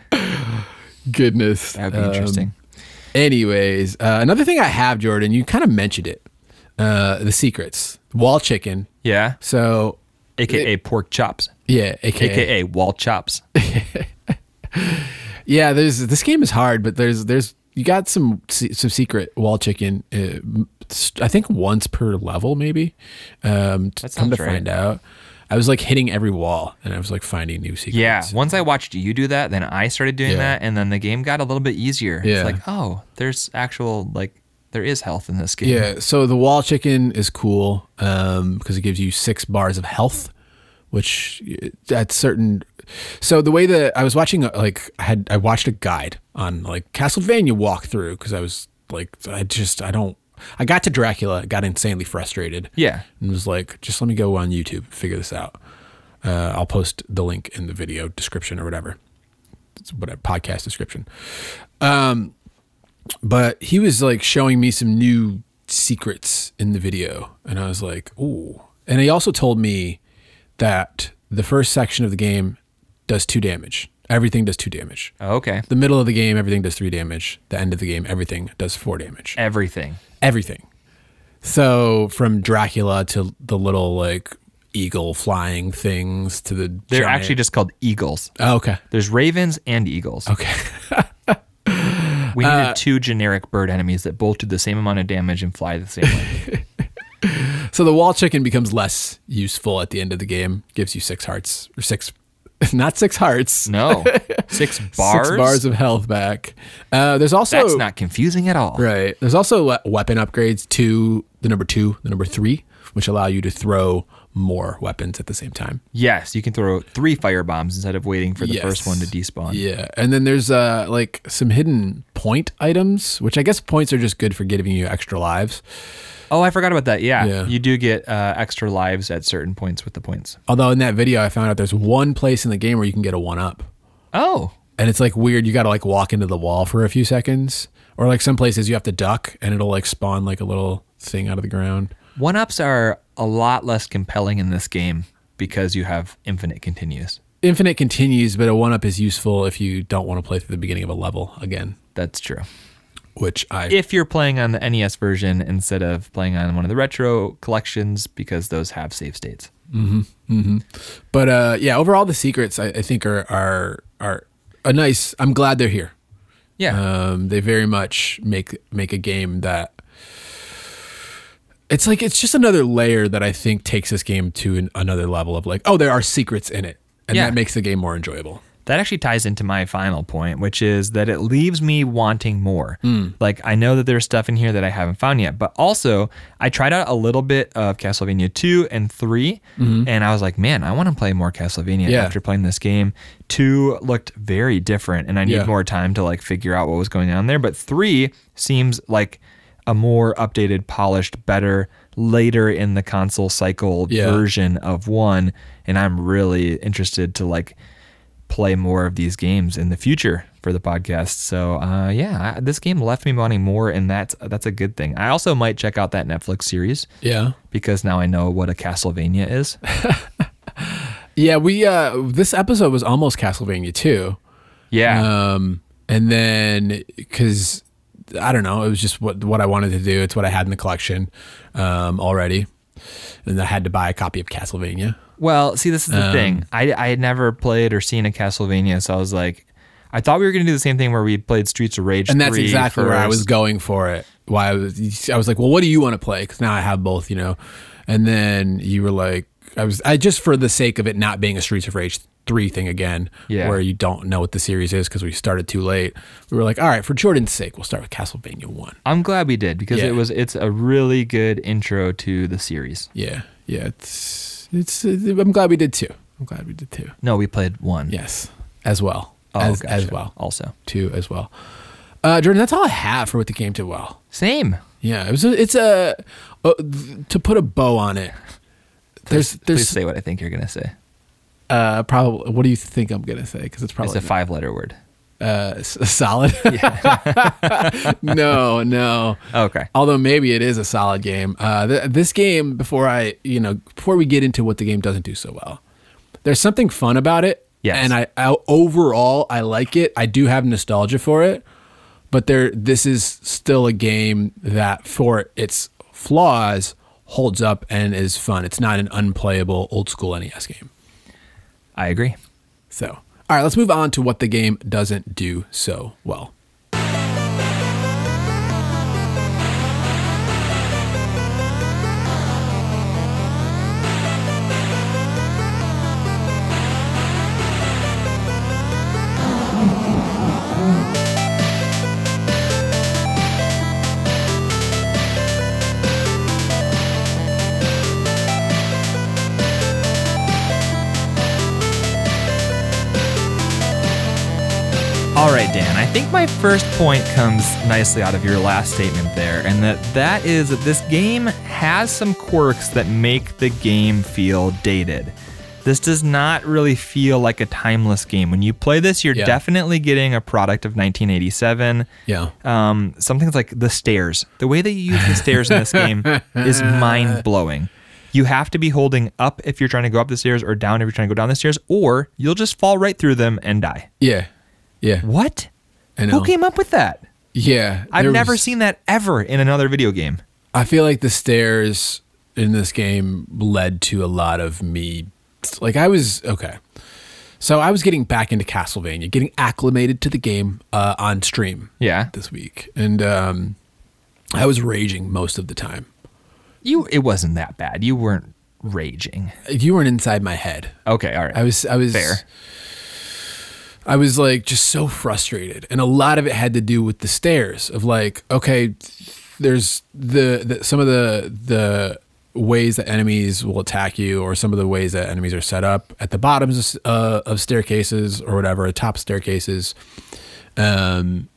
A: goodness.
B: would be
A: Um,
B: interesting.
A: Anyways, uh, another thing I have, Jordan, you kind of mentioned it. Uh, the secrets. Wall chicken.
B: Yeah.
A: So
B: AKA pork chops.
A: yeah,
B: AKA wall chops.
A: Yeah, there's this game is hard, but there's there's you got some se- some secret wall chicken. Uh, m- st- I think once per level, maybe. Um, t- come
B: sounds
A: to
B: right.
A: find out, I was like hitting every wall, and I was like finding new secrets.
B: Yeah. Once I watched you do that, then I started doing
A: Yeah.
B: that, and then the game got a little bit easier.
A: Yeah.
B: It's like, oh, there's actual like there is health in this game.
A: yeah. So the wall chicken is cool because it gives you six bars of health, which uh, at certain. So the way that I was watching, uh, like I had, I watched a guide on like Castlevania walkthrough because I was like, I just, I don't. I got to Dracula, got insanely frustrated.
B: Yeah.
A: and was like, just let me go on YouTube, and figure this out. Uh, I'll post the link in the video description or whatever, it's whatever podcast description. Um, but he was like showing me some new secrets in the video, and I was like, ooh. And he also told me that the first section of the game does two damage. Everything does two damage.
B: Oh, okay.
A: The middle of the game, everything does three damage. The end of the game, everything does four damage
B: Everything.
A: everything. So from Dracula to the little like eagle flying things to the
B: They're
A: giant-
B: actually just called eagles.
A: oh, okay
B: There's ravens and eagles.
A: okay Uh,
B: We needed two generic bird enemies that both do the same amount of damage and fly the same way.
A: so the wall chicken becomes less useful at the end of the game gives you six hearts or six not six hearts
B: No. Six bars.
A: six bars of health back uh, there's also
B: That's not confusing at all.
A: Right. There's also we- weapon upgrades to the number two, the number three, which allow you to throw more weapons at the same time.
B: Yes, you can throw three fire bombs instead of waiting for the first
A: Yes.
B: one to despawn.
A: Yeah, and then there's uh like some hidden point items, which I guess points are just good for giving you extra lives.
B: Oh, I forgot about that. Yeah.
A: Yeah.
B: You do get uh, extra lives at certain points with the points.
A: Although in that video, I found out there's one place in the game where you can get a one up,
B: Oh.
A: and it's like weird. You got to like walk into the wall for a few seconds, or like some places you have to duck, and it'll like spawn like a little thing out of the ground.
B: One ups are a lot less compelling in this game because you have infinite continues.
A: Infinite continues, but a one up is useful if you don't want to play through the beginning of a level again,
B: That's true.
A: which I
B: If you're playing on the NES version instead of playing on one of the retro collections, because those have save states.
A: But uh, yeah, overall, the secrets I, I think are are are a nice. I'm glad they're here.
B: Yeah.
A: Um, they very much make make a game that it's like it's just another layer that I think takes this game to an, another level of like, oh, there are secrets in it, and
B: Yeah.
A: that makes the game more enjoyable.
B: That actually ties into my final point, which is that it leaves me wanting more.
A: Hmm.
B: Like, I know that there's stuff in here that I haven't found yet, but also I tried out a little bit of Castlevania 2 and 3, and I was like, man, I want to play more Castlevania
A: Mm-hmm. Yeah.
B: after playing this game. 2 looked very different, and I need
A: Yeah.
B: more time to like figure out what was going on there, but 3 seems like a more updated, polished, better later in the console cycle
A: Yeah.
B: version of one. And I'm really interested to like play more of these games in the future for the podcast. So uh, yeah, I, this game left me wanting more, and that's that's a good thing. I also might check out that Netflix series
A: Yeah.
B: because now I know what a Castlevania is.
A: Yeah, we uh this episode was almost Castlevania too.
B: Yeah.
A: Um and then cuz I don't know, it was just what what I wanted to do. It's what I had in the collection um already. And I had to buy a copy of Castlevania.
B: Well, see, this is the
A: Um,
B: thing. I, I had never played or seen a Castlevania, so I was like, I thought we were going to do the same thing where we played Streets of Rage.
A: And that's
B: 3
A: exactly where I
B: first.
A: was going for it. Why I was, I was like, well, what do you want to play? Because now I have both, you know. And then you were like, I was, I just for the sake of it not being a Streets of Rage three thing again,
B: Yeah.
A: where you don't know what the series is because we started too late. We were like, all right, for Jordan's sake, we'll start with Castlevania one.
B: I'm glad we did because
A: Yeah.
B: it was it's a really good intro to the series.
A: Yeah, yeah, it's, it's. uh, I'm glad we did too. I'm glad we did too.
B: No, we played one.
A: Yes, as well
B: Oh,
A: as
B: gotcha.
A: as well
B: Also,
A: too as well. Uh, Jordan, that's all I have for what the game did well.
B: same.
A: Yeah, it was. A, it's a uh, th- to put a bow on it. There's
B: Please
A: there's
B: say what I think you're going to say.
A: uh, probably. What do you think I'm gonna say? Because it's
B: It's
A: probably
B: a five letter word.
A: uh, s- solid. no, no.
B: Okay.
A: Although maybe it is a solid game. Uh, th- this game, before I, you know, before we get into what the game doesn't do so well, there's something fun about it.
B: Yes.
A: And I, I overall I like it. I do have nostalgia for it, but there this is still a game that for its flaws holds up and is fun. It's not an unplayable old school NES game.
B: I agree.
A: So, all right, let's move on to what the game doesn't do so well.
B: All right, Dan. I think my first point comes nicely out of your last statement there, and that that is that this game has some quirks that make the game feel dated. This does not really feel like a timeless game. When you play this, you're
A: Yeah.
B: definitely getting a product of 1987.
A: Yeah.
B: Um, something's like the stairs. The way they use the stairs in this game is mind blowing. You have to be holding up if you're trying to go up the stairs, or down if you're trying to go down the stairs, or you'll just fall right through them and die.
A: Yeah. Yeah.
B: What?
A: I know.
B: Who came up with that?
A: Yeah.
B: I've
A: there
B: never
A: was-
B: seen that ever in another video game.
A: I feel like the stairs in this game led to a lot of me. Like I was okay, so I was getting back into Castlevania, getting acclimated to the game uh, on stream
B: Yeah.
A: this week, and um, I was raging most of the time.
B: You it wasn't that bad. You weren't raging.
A: You weren't inside my head.
B: Okay, all right.
A: I was. I was.
B: Fair.
A: I was like just so frustrated, and a lot of it had to do with the stairs. Of like, okay, there's the, the some of the the ways that enemies will attack you, or some of the ways that enemies are set up at the bottoms of, s- uh, of staircases or whatever, top staircases. Um,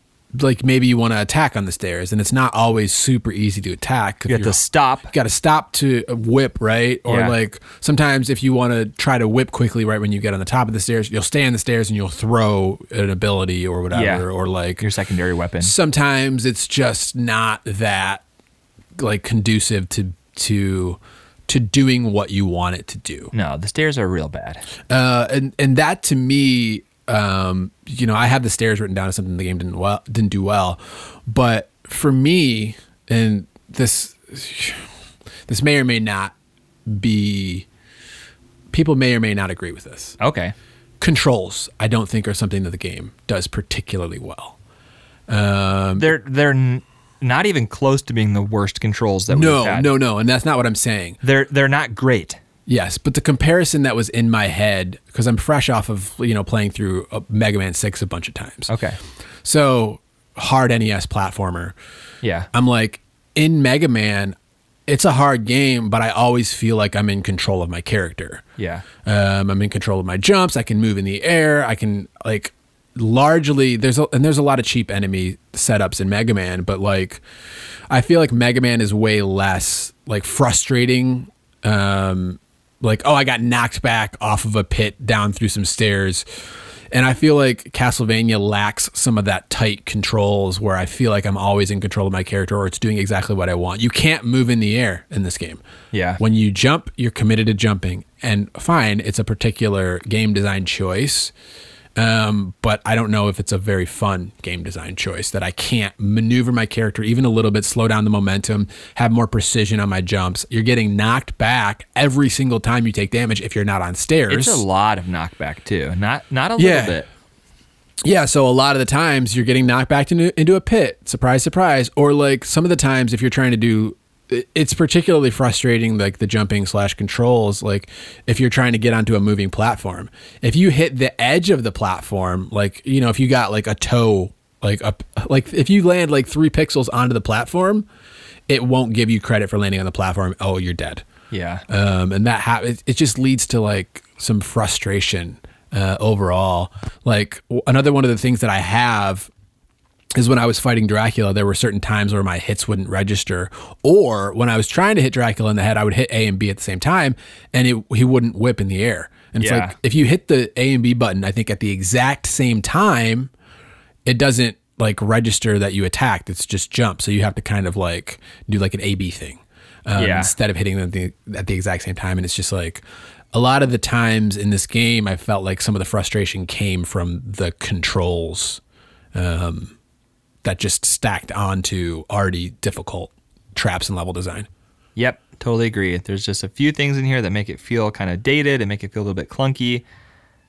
A: like maybe you want to attack on the stairs, and it's not always super easy to attack. 'cause
B: you have
A: you're-
B: to stop.
A: got to stop to whip, right? Or
B: Yeah.
A: like sometimes if you want to try to whip quickly right when you get on the top of the stairs, you'll stay on the stairs and you'll throw an ability or whatever.
B: Yeah.
A: Or like
B: Your secondary weapon.
A: sometimes it's just not that like conducive to to to doing what you want it to do.
B: No, the stairs are real bad.
A: Uh, and and that to me, um, you know, I have the stairs written down as something the game didn't well didn't do well, but for me, and this this may or may not be people may or may not agree with this.
B: Okay.
A: Controls, I don't think, are something that the game does particularly well. Um,
B: They're they're n- not even close to being the worst controls that we've
A: No,
B: had.
A: no, no, and that's not what I'm saying.
B: They're they're not great.
A: Yes, but the comparison that was in my head because I'm fresh off of you know playing through uh, Mega Man Six a bunch of times.
B: Okay.
A: So hard NES platformer.
B: Yeah.
A: I'm like in Mega Man, it's a hard game, but I always feel like I'm in control of my character.
B: yeah.
A: Um, I'm in control of my jumps. I can move in the air. I can like largely there's a, and there's a lot of cheap enemy setups in Mega Man, but like I feel like Mega Man is way less like frustrating. Um, like oh, I got knocked back off of a pit down through some stairs. And I feel like Castlevania lacks some of that tight controls where I feel like I'm always in control of my character or it's doing exactly what I want. You can't move in the air in this game.
B: Yeah.
A: When you jump, you're committed to jumping. And fine, it's a particular game design choice. Um, but I don't know if it's a very fun game design choice that I can't maneuver my character even a little bit, slow down the momentum, have more precision on my jumps. You're getting knocked back every single time you take damage if you're not on stairs.
B: It's a lot of knockback too. Not not a
A: Yeah.
B: little bit.
A: Yeah, so a lot of the times you're getting knocked back into, into a pit. Surprise, surprise. Or like some of the times if you're trying to do, it- it's particularly frustrating like the jumping slash controls. Like if you're trying to get onto a moving platform, if you hit the edge of the platform, like you know if you got like a toe, like up, like if you land like three pixels onto the platform, it won't give you credit for landing on the platform. Oh, you're dead
B: Yeah.
A: um, and that ha- it, it just leads to like some frustration uh, overall. Like w- another one of the things that I have is when I was fighting Dracula, there were certain times where my hits wouldn't register, or when I was trying to hit Dracula in the head, I would hit A and B at the same time, and it, he wouldn't whip in the air. And it's
B: Yeah.
A: like if you hit the A and B button, I think at the exact same time, it doesn't like register that you attacked. It's just jump. So you have to kind of like do like an AB thing um,
B: Yeah.
A: instead of hitting them at the, at the exact same time. And it's just like a lot of the times in this game, I felt like some of the frustration came from the controls um, that just stacked onto already difficult traps and level design.
B: Yep, totally agree. There's just a few things in here that make it feel kind of dated and make it feel a little bit clunky.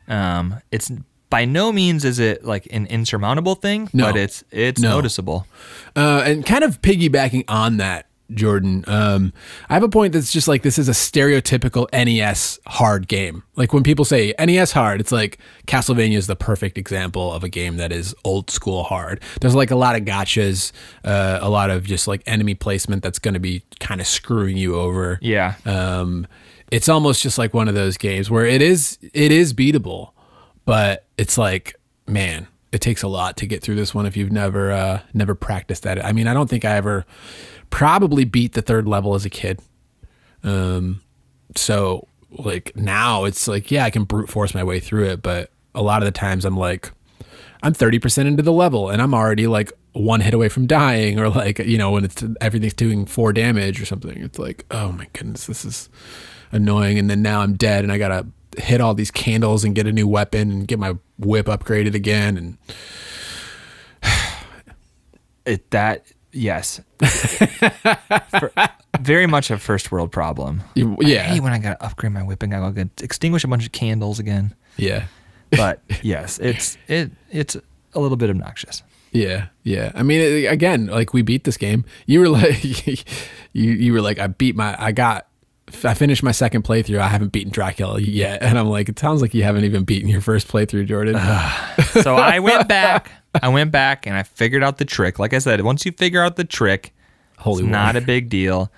B: Um, it's by no means is it like an insurmountable thing,
A: No.
B: but it's it's
A: No.
B: noticeable.
A: Uh, and kind of piggybacking on that, Jordan, um, I have a point that's just like this is a stereotypical NES hard game. Like when people say NES hard, it's like Castlevania is the perfect example of a game that is old school hard. There's like a lot of gotchas, uh, a lot of just like enemy placement that's going to be kind of screwing you over.
B: Yeah.
A: Um, it's almost just like one of those games where it is it is beatable, but it's like man, it takes a lot to get through this one if you've never uh, never practiced at it. I mean, I don't think I ever probably beat the third level as a kid. Um, so like now it's like yeah, I can brute force my way through it, but a lot of the times I'm like I'm 30% into the level and I'm already like one hit away from dying or like, you know, when it's everything's doing four damage or something. It's like, oh my goodness, this is annoying. And then now I'm dead and I got to hit all these candles and get a new weapon and get my whip upgraded again. And
B: It, that yes, For- very much a first world problem.
A: You-
B: Hey,
A: yeah.
B: when I gotta upgrade my whipping, I gotta extinguish a bunch of candles again.
A: Yeah.
B: But yes, it's it it's a little bit obnoxious.
A: Yeah. Yeah. I mean, it, again, like we beat this game. You were like, you, you were like, I beat my, I got, I finished my second playthrough. I haven't beaten Dracula yet. And I'm like, it sounds like you haven't even beaten your first playthrough, Jordan.
B: So I went back. I went back and I figured out the trick. Like I said, once you figure out the trick,
A: Holy
B: it's not
A: water.
B: a big deal.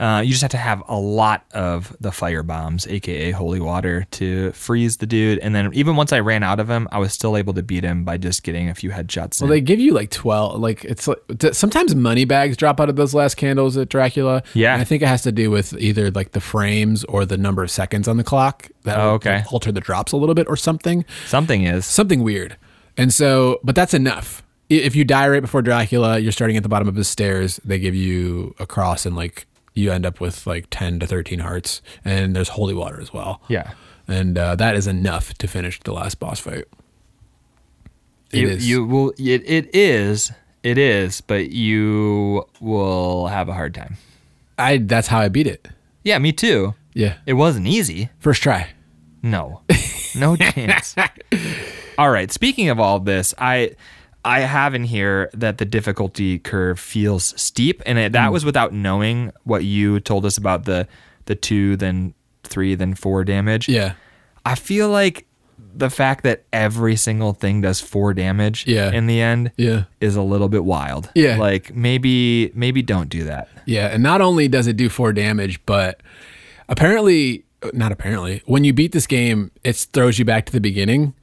B: Uh, you just have to have a lot of the fire bombs, aka holy water, to freeze the dude. And then even once I ran out of him, I was still able to beat him by just getting a few headshots.
A: Well,
B: in.
A: they give you like twelve. Like it's like d- sometimes money bags drop out of those last candles at Dracula.
B: Yeah.
A: and I think it has to do with either like the frames or the number of seconds on the clock that
B: Oh, okay.
A: alter the drops a little bit or something.
B: Something is.
A: Something weird. And so, but that's enough. I- If you die right before Dracula, you're starting at the bottom of the stairs. They give you a cross and like you end up with like ten to thirteen hearts, and there's holy water as well.
B: Yeah.
A: and uh, that is enough to finish the last boss fight. It
B: you,
A: is.
B: you will. It, it is. It is. But you will have a hard time.
A: I that's how I beat it.
B: Yeah, me too.
A: Yeah.
B: It wasn't easy.
A: First try.
B: No, no chance. all right. Speaking of all this, I I have in here that the difficulty curve feels steep, and it, that
A: Hmm.
B: was without knowing what you told us about the the two, then three, then four damage.
A: Yeah.
B: I feel like the fact that every single thing does four damage.
A: Yeah.
B: In the end.
A: Yeah.
B: Is a little bit wild.
A: Yeah.
B: Like maybe maybe don't do that.
A: Yeah. And not only does it do four damage, but apparently, not apparently, when you beat this game, it throws you back to the beginning.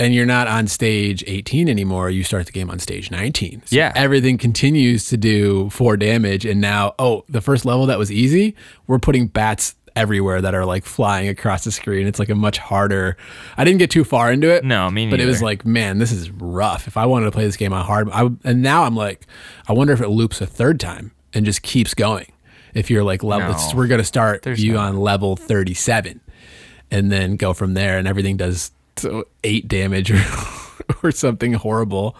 A: and you're not on stage 18 anymore. You start the game on stage 19. So
B: Yeah.
A: Everything continues to do four damage. And now, oh, the first level that was easy, we're putting bats everywhere that are like flying across the screen. It's like a much harder. I didn't get too far into it.
B: No, me
A: But it was
B: neither.
A: like, man, this is rough. If I wanted to play this game on hard, I, would- and now I'm like, I wonder if it loops a third time and just keeps going. If you're like level,
B: No.
A: it's- we're going to start
B: There's
A: you
B: no-
A: on level 37 and then go from there and everything does so eight damage or, or something horrible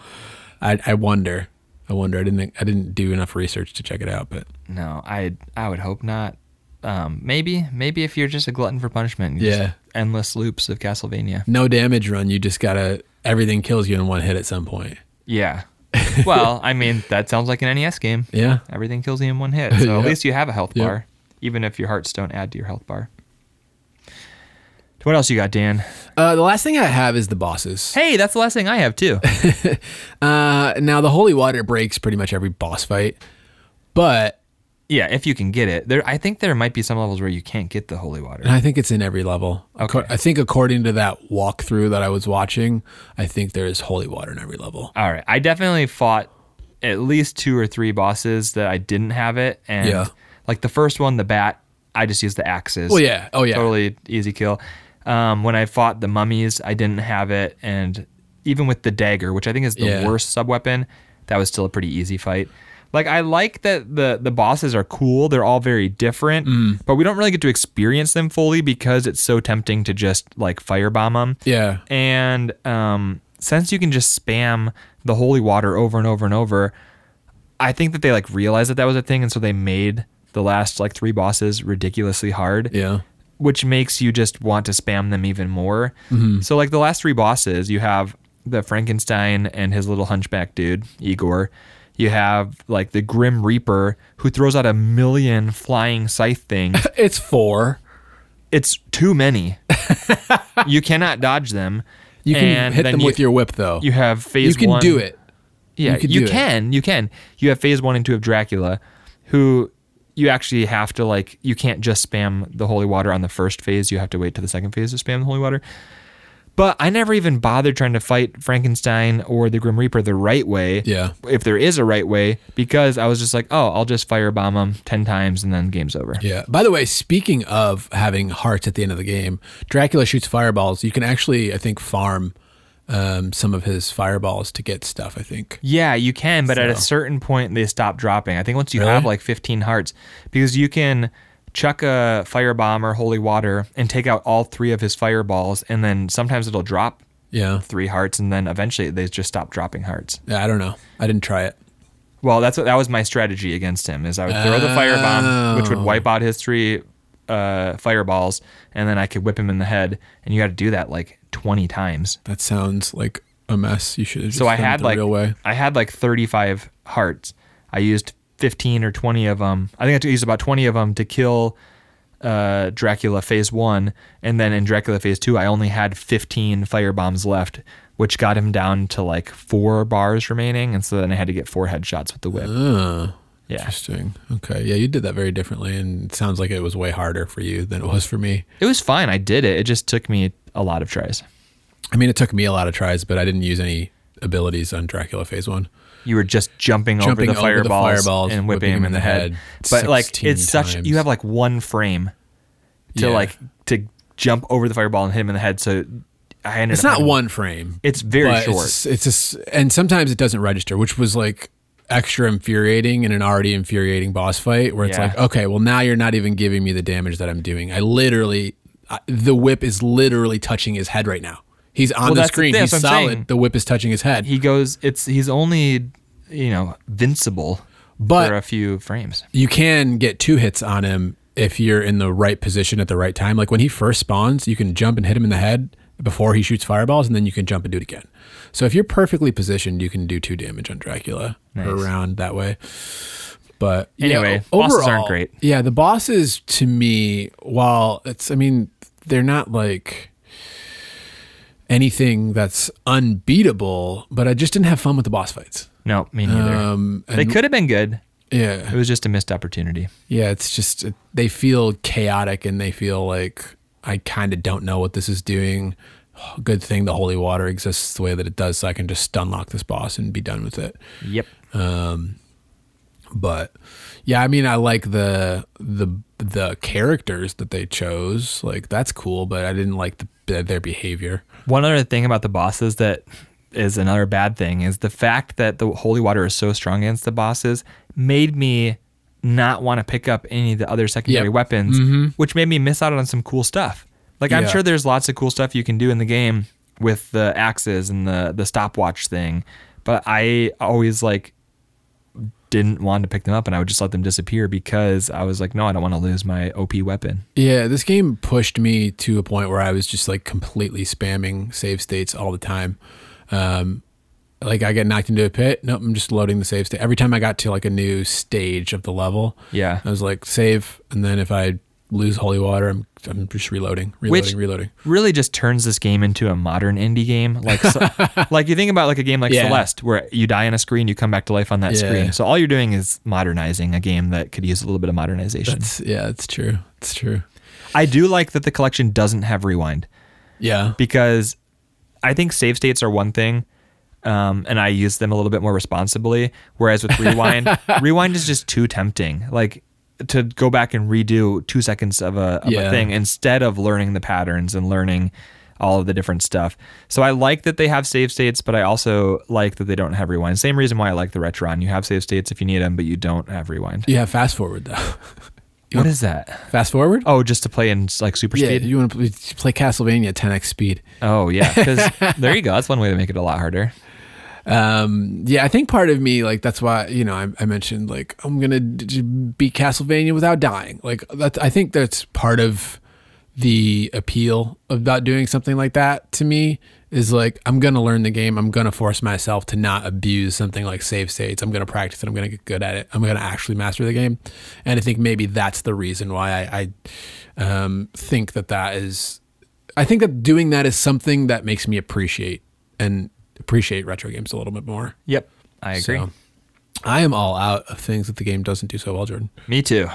A: I, I wonder i wonder i didn't think, i didn't do enough research to check it out but
B: No, I I would hope not. Um, maybe maybe if you're just a glutton for punishment, you just-
A: Yeah.
B: endless loops of Castlevania.
A: no damage run you just gotta everything kills you in one hit at some point
B: Yeah. well, I mean that sounds like an NES game.
A: yeah
B: Everything kills you in one hit, so
A: Yep.
B: at least you have a health
A: Yep.
B: bar, even if your hearts don't add to your health bar. What else you got, Dan?
A: uh, the last thing i have is the bosses
B: Hey, that's the last thing I have too.
A: uh, now the holy water breaks pretty much every boss fight but
B: yeah, if you can get it. There, I think there might be some levels where you can't get the holy water.
A: and i think it's in every level Acco- i think according to that walkthrough that i was watching i think there is holy water in every level
B: All right. I definitely fought at least two or three bosses that I didn't have it. And
A: Yeah.
B: like the first one, the bat, I just used the axes.
A: Well, yeah. Oh, yeah.
B: Totally easy kill. Um, when I fought the mummies, I didn't have it. And even with the dagger, which I think is the
A: Yeah.
B: worst sub weapon, that was still a pretty easy fight. Like I like that the the bosses are cool. They're all very different,
A: Mm.
B: but we don't really get to experience them fully because it's so tempting to just like firebomb them.
A: yeah
B: And um, since you can just spam the holy water over and over and over, I think that they like realized that that was a thing, and so they made the last like three bosses ridiculously hard,
A: yeah
B: which makes you just want to spam them even more.
A: Mm-hmm.
B: So like the last three bosses, you have the Frankenstein and his little hunchback dude Igor. You have like the Grim Reaper who throws out a million flying scythe things
A: it's four
B: it's too many. you cannot dodge them.
A: You can
B: And
A: hit
B: then
A: them
B: you-
A: with your whip, though.
B: You have phase
A: You can
B: one.
A: do it.
B: Yeah,
A: you
B: you,
A: could do it.
B: can. You can. You have phase one and two of Dracula, who you actually have to like. You can't just spam the holy water on the first phase. You have to wait to the second phase to spam the holy water. But I never even bothered trying to fight Frankenstein or the Grim Reaper the right way.
A: Yeah.
B: If there is a right way, because I was just like, oh, I'll just firebomb them ten times and then game's over.
A: Yeah. By the way, speaking of having hearts at the end of the game, Dracula shoots fireballs. You can actually, I think, farm um, some of his fireballs to get stuff. I think.
B: Yeah, you can, but at a
A: So-
B: certain point they stop dropping. I think once you
A: Really?
B: have like 15 hearts, because you can chuck a firebomb or holy water and take out all three of his fireballs, and then sometimes it'll drop
A: Yeah.
B: three hearts, and then eventually they just stop dropping hearts.
A: Yeah, I don't know. I didn't try it.
B: Well, that's what that was my strategy against him is I would throw the firebomb, which would
A: Oh.
B: wipe out his three uh, fireballs, and then I could whip him in the head, and you got to do that like 20 times.
A: That sounds like a mess. You should. Have just
B: So I
A: done it
B: had
A: the
B: like
A: real way.
B: I had like 35 hearts. I used 15 or 20 of them. I think I used about 20 of them to kill uh, Dracula Phase One, and then in Dracula Phase Two, I only had 15 firebombs left, which got him down to like four bars remaining, and so then I had to get four headshots with the whip.
A: Oh,
B: yeah,
A: interesting. Okay. Yeah, you did that very differently, and it sounds like it was way harder for you than it was for me.
B: it was fine. I did it. It just took me a lot of tries.
A: I mean, it took me a lot of tries, but I didn't use any abilities on Dracula Phase One.
B: you were just jumping,
A: Jumping
B: over, the
A: over the
B: fireballs
A: fireballs,
B: and whipping him in the head. But like
A: 16
B: it's such
A: times.
B: you have like one frame to
A: Yeah.
B: like to jump over the fireball and hit him in the head. So I ended
A: It's
B: up
A: not
B: having-
A: one frame.
B: It's very
A: but
B: short.
A: It's, it's just, and sometimes it doesn't register, which was like extra infuriating in an already infuriating boss fight where it's
B: Yeah.
A: like, okay, well now you're not even giving me the damage that I'm doing. I literally, I, the whip is literally touching his head right now. He's on the
B: that's the
A: screen.
B: thing,
A: He's
B: that's what I'm
A: solid.
B: saying.
A: The whip is touching his head.
B: He goes. It's he's only you know vincible for a
A: but
B: few frames.
A: you can get two hits on him if you're in the right position at the right time. Like when he first spawns, you can jump and hit him in the head before he shoots fireballs, and then you can jump and do it again. So if you're perfectly positioned, you can do two damage on Dracula or
B: Nice.
A: around that way. But yeah,
B: Anyway,
A: o-
B: bosses aren't great.
A: Yeah, the bosses to me, while it's, I mean, they're not like anything that's unbeatable, but I just didn't have fun with the boss fights.
B: No, me neither.
A: Um,
B: they could have been good.
A: yeah,
B: It was just a missed opportunity.
A: yeah, it's just it- they feel chaotic and they feel like I kind of don't know what this is doing. good thing the holy water exists the way that it does, so I can just stun lock this boss and be done with it.
B: Yep.
A: But yeah, I mean, I like the the the characters that they chose. Like that's cool, but I didn't like the, their behavior.
B: One other thing about the bosses that is another bad thing is the fact that the holy water is so strong against the bosses made me not want to pick up any of the other secondary
A: Yep. Mm-hmm.
B: weapons, which made me miss out on some cool stuff. Like I'm
A: Yeah.
B: sure there's lots of cool stuff you can do in the game with the axes and the the stopwatch thing, but I always like didn't want to pick them up and I would just let them disappear because I was like, no, I don't want to lose my OP weapon.
A: Yeah, this game pushed me to a point where I was just like completely spamming save states all the time. Um, like I get knocked into a pit. Nope, I'm just loading the save state. Every time I got to like a new stage of the level,
B: Yeah.
A: I was like save, and then if I lose holy water, I'm I'm just reloading, reloading,
B: Which-
A: reloading.
B: really just turns this game into a modern indie game. Like, so, like you think about like a game like
A: Yeah.
B: Celeste, where you die on a screen, you come back to life on that
A: Yeah.
B: screen. So all you're doing is modernizing a game that could use a little bit of modernization.
A: It's, yeah, it's true. It's true.
B: I do like that the collection doesn't have rewind
A: Yeah.
B: because I think save states are one thing. Um, and I use them a little bit more responsibly. Whereas with rewind, rewind is just too tempting. Like to go back and redo two seconds of a, of a
A: Yeah.
B: thing instead of learning the patterns and learning all of the different stuff. So I like that they have save states, but I also like that they don't have rewind. Same reason why I like the Retron. You have save states if you need them, but you don't have rewind.
A: You have fast forward though.
B: What is that?
A: fast forward.
B: Oh, just to play in like super
A: yeah,
B: speed.
A: you want to play Castlevania 10x speed.
B: Oh yeah, because there you go. That's one way to make it a lot harder.
A: um yeah i think part of me like that's why you know i, I mentioned like i'm gonna d- d- beat castlevania without dying like that's i think that's part of the appeal about doing something like that to me is like i'm gonna learn the game i'm gonna force myself to not abuse something like save states i'm gonna practice it i'm gonna get good at it i'm gonna actually master the game and i think maybe that's the reason why i, I um, think that that is I think that doing that is something that makes me appreciate and appreciate retro games a little bit more.
B: Yep, I agree.
A: So, I am all out of things that the game doesn't do so well, Jordan.
B: Me too.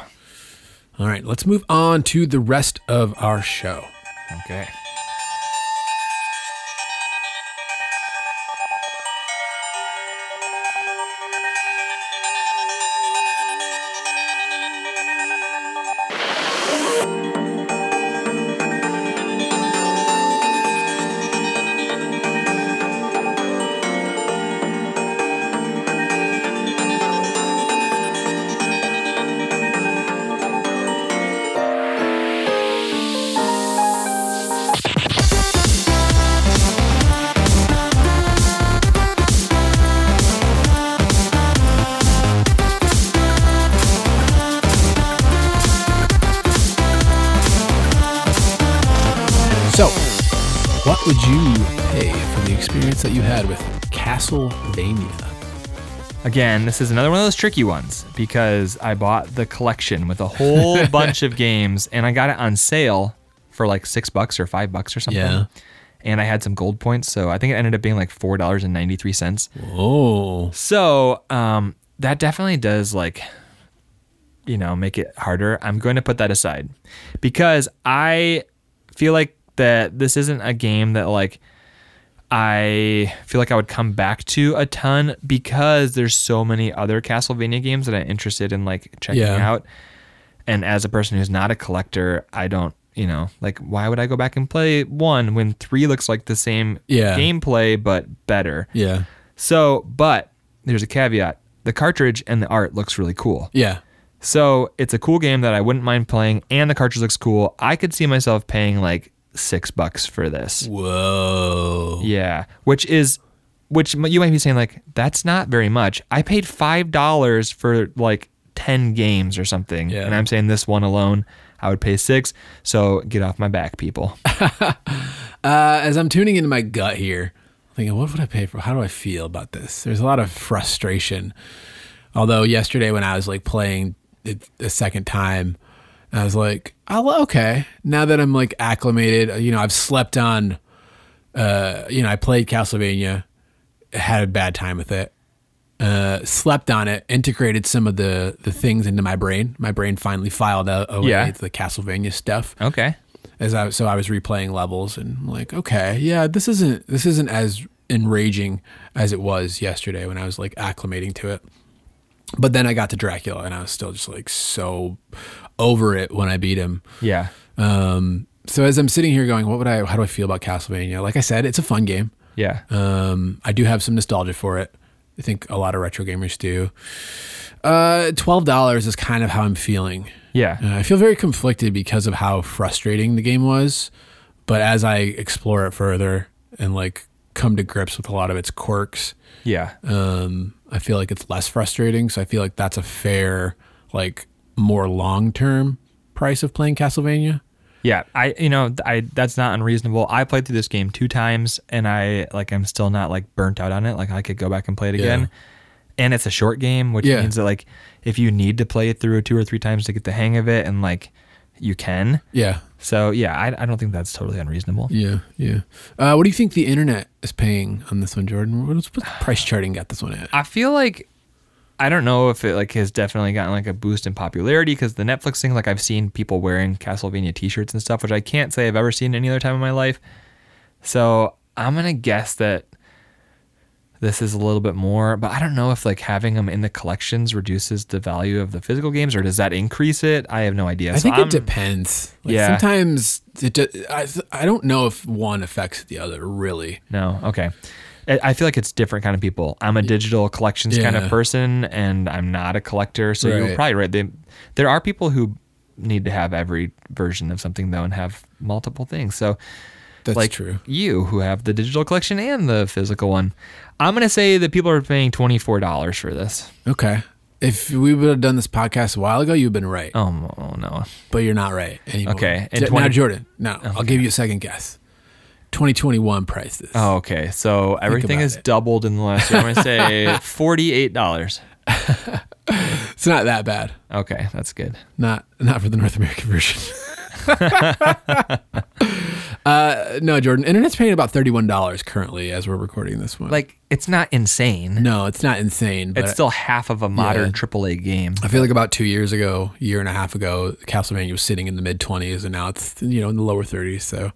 A: All right, let's move on to the rest of our show.
B: Okay.
A: So, what would you pay for the experience that you had with Castlevania?
B: Again, this is another one of those tricky ones because I bought the collection with a whole bunch of games and I got it on sale for like six bucks or five bucks or something.
A: Yeah.
B: And I had some gold points. So I think it ended up being like $4.93.
A: Oh,
B: So um, that definitely does like, you know, make it harder. I'm going to put that aside because I feel like that this isn't a game that like I feel like I would come back to a ton because there's so many other Castlevania games that I'm interested in like checking
A: Yeah.
B: out. And as a person who's not a collector, I don't, you know, like why would I go back and play one when three looks like the same
A: Yeah.
B: gameplay but better?
A: yeah,
B: So, but there's a caveat. The cartridge and the art looks really cool.
A: yeah,
B: So, it's a cool game that I wouldn't mind playing and the cartridge looks cool. I could see myself paying like 6 bucks for this.
A: whoa,
B: Yeah, which is which m- you might be saying like that's not very much. I paid $5 for like 10 games or something.
A: Yeah.
B: And I'm saying this one alone I would pay 6. So, get off my back, people.
A: Uh, as I'm tuning into my gut here, thinking, what would I pay for? How do I feel about this? There's a lot of frustration. Although yesterday when I was like playing it a second time, I was like, oh, okay. Now that I'm like acclimated, you know, I've slept on, uh, you know, I played Castlevania, had a bad time with it, uh, slept on it, integrated some of the the things into my brain. My brain finally filed out away
B: Yeah.
A: the Castlevania stuff
B: Okay.
A: as I so I was replaying levels and I'm like, okay, yeah, this isn't this isn't as enraging as it was yesterday when I was like acclimating to it. But then I got to Dracula and I was still just like so over it when I beat him.
B: Yeah.
A: Um, so as I'm sitting here going, what would I? How do I feel about Castlevania? Like I said, it's a fun game.
B: Yeah.
A: Um, I do have some nostalgia for it. I think a lot of retro gamers do. Uh, Twelve dollars is kind of how I'm feeling.
B: Yeah.
A: Uh, I feel very conflicted because of how frustrating the game was, but as I explore it further and like come to grips with a lot of its quirks,
B: Yeah.
A: um, I feel like it's less frustrating. So I feel like that's a fair, like more long term price of playing Castlevania.
B: Yeah, I you know th- I that's not unreasonable. I played through this game two times, and I like I'm still not like burnt out on it. Like I could go back and play it again. And it's a short game, which
A: Yeah.
B: means that like if you need to play it through two or three times to get the hang of it, and like you can.
A: Yeah,
B: So yeah, I, I don't think that's totally unreasonable.
A: yeah, yeah. Uh, what do you think the internet is paying on this one, Jordan? What's, what's price charting got this one at?
B: I feel like I don't know if it like has definitely gotten like a boost in popularity because the Netflix thing, like I've seen people wearing Castlevania T-shirts and stuff, which I can't say I've ever seen any other time in my life. So I'm gonna guess that this is a little bit more, but I don't know if like having them in the collections reduces the value of the physical games or does that increase it? I have no idea.
A: I
B: So
A: think
B: I'm-
A: it depends. Like,
B: Yeah.
A: Sometimes it ju- I, I don't know if one affects the other really.
B: No, okay. I I feel like it's different kind of people. I'm a digital collections kind
A: Yeah.
B: of person, and I'm not a collector. So
A: Right.
B: you're probably right. They, there are people who need to have every version of something though, and have multiple things. So
A: That's
B: like
A: true.
B: you who have the digital collection and the physical one, I'm gonna say that people are paying twenty four dollars for this.
A: Okay. If we would have done this podcast a while ago, you'd have been right.
B: Oh, m- oh no,
A: But you're not right anymore.
B: Okay, in
A: J-
B: Oh,
A: now,
B: 20
A: Jordan, no, I'll give you a second guess. 2021 prices.
B: oh, okay. So everything
A: about
B: is
A: it.
B: doubled in the last year. I'm gonna say forty eight dollars.
A: It's not that bad.
B: Okay, that's good.
A: Not not for the North American version. uh, no, Jordan. Internet's paying about thirty-one dollars currently as we're recording this one.
B: Like it's not insane.
A: no, it's not insane. But
B: It's still half of a modern
A: Yeah.
B: AAA game.
A: I feel like about two years ago, year and a half ago, Castlevania was sitting in the mid twenties, and now it's you know in the lower thirties. So,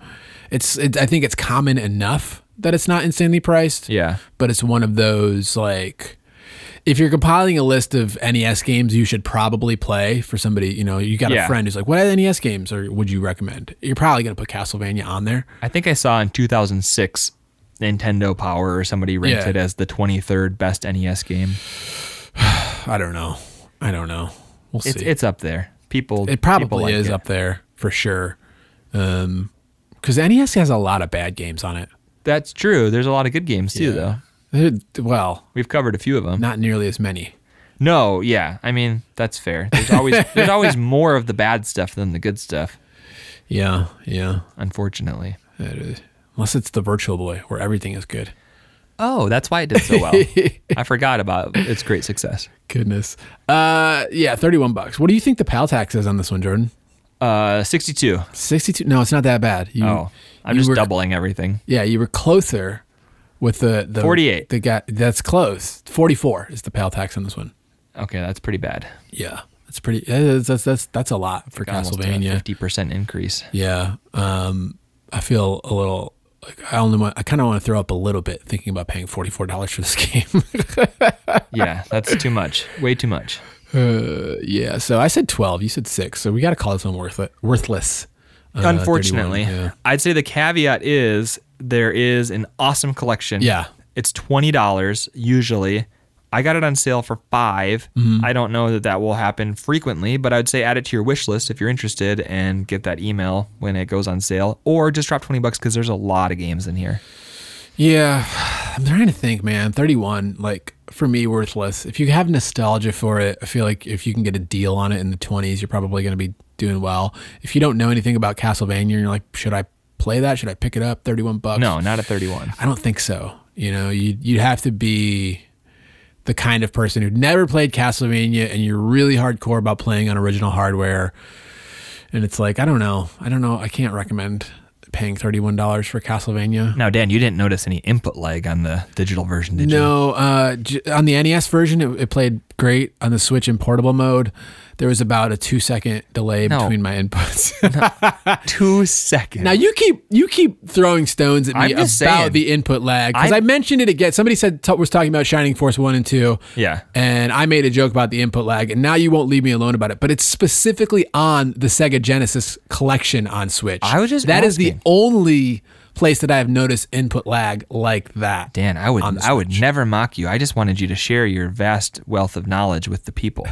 A: it's it, I think it's common enough that it's not insanely priced.
B: Yeah.
A: but it's one of those like if you're compiling a list of NES games you should probably play for somebody, you know, you got a
B: Yeah.
A: friend who's like, "What NES games are would you recommend?" You're probably going to put Castlevania on there.
B: I think I saw in 2006 Nintendo Power or somebody ranked
A: Yeah.
B: it as the 23rd best NES game.
A: I don't know. I don't know. We'll
B: It's
A: see.
B: it's up there. People
A: it probably
B: people like
A: is
B: it.
A: up there for sure. Um cuz NES has a lot of bad games on it.
B: That's true. There's a lot of good games too
A: Yeah.
B: though.
A: It- Well,
B: We've covered a few of them.
A: not nearly as many.
B: No, yeah. I mean, that's fair. There's always there's always more of the bad stuff than the good stuff,
A: Yeah, yeah.
B: unfortunately.
A: It is. Unless it's the Virtual Boy where everything is good.
B: Oh, that's why it did so well. I forgot about its great success.
A: Goodness. Uh yeah, 31 bucks. What do you think the PAL tax is on this one, Jordan?
B: Uh 62.
A: 62. No, it's not that bad. You,
B: Oh, I'm
A: you
B: just
A: were-
B: doubling everything.
A: Yeah, you were closer with the, the
B: 48.
A: The guy that's close. 44 is the PAL tax on this one.
B: Okay, that's pretty bad.
A: Yeah. That's pretty that's that's that's, that's a lot for Castlevania.
B: fifty percent increase.
A: Yeah. Um I feel a little like I only want I kind of want to throw up a little bit thinking about paying $44 for this game.
B: Yeah, that's too much. Way too much.
A: uh, yeah, so I said 12, you said 6. So we got to call this one worth it, worthless. Uh, 31,
B: Unfortunately,
A: Yeah.
B: I'd say the caveat is there is an awesome collection.
A: Yeah.
B: it's twenty dollars usually. I got it on sale for 5
A: Mm-hmm.
B: I don't know that that will happen frequently, but I'd say add it to your wish list if you're interested and get that email when it goes on sale, or just drop twenty bucks because there's a lot of games in here.
A: Yeah, I'm trying to think, man. 31, like for me, worthless. If you have nostalgia for it, I feel like if you can get a deal on it in the 20s, you're probably going to be doing well. If you don't know anything about Castlevania, and you're like, should I play that? Should I pick it up? 31 bucks.
B: No, not at thirty-one.
A: I don't think so. You know, you you have to be the kind of person who never played Castlevania and you're really hardcore about playing on original hardware. And it's like, I don't know. I don't know. I can't recommend paying $31 for Castlevania.
B: Now, Dan, you didn't notice any input lag on the digital version, did you?
A: E No, uh, j- on the NES version, it, it played great. On the Switch in portable mode, there was about a two second delay
B: No.
A: between my inputs.
B: Two seconds.
A: now you keep you keep throwing stones at me
B: I'm
A: about
B: just saying.
A: the input lag because I,
B: I-
A: mentioned it again. Somebody said t- was talking about Shining Force one and two.
B: Yeah.
A: and I made a joke about the input lag, and now you won't leave me alone about it. But it's specifically on the Sega Genesis collection on Switch.
B: I was just
A: that is the
B: asking.
A: only place that I have noticed input lag like that.
B: Dan, I would
A: on the
B: I would never mock you. I just wanted you to share your vast wealth of knowledge with the people.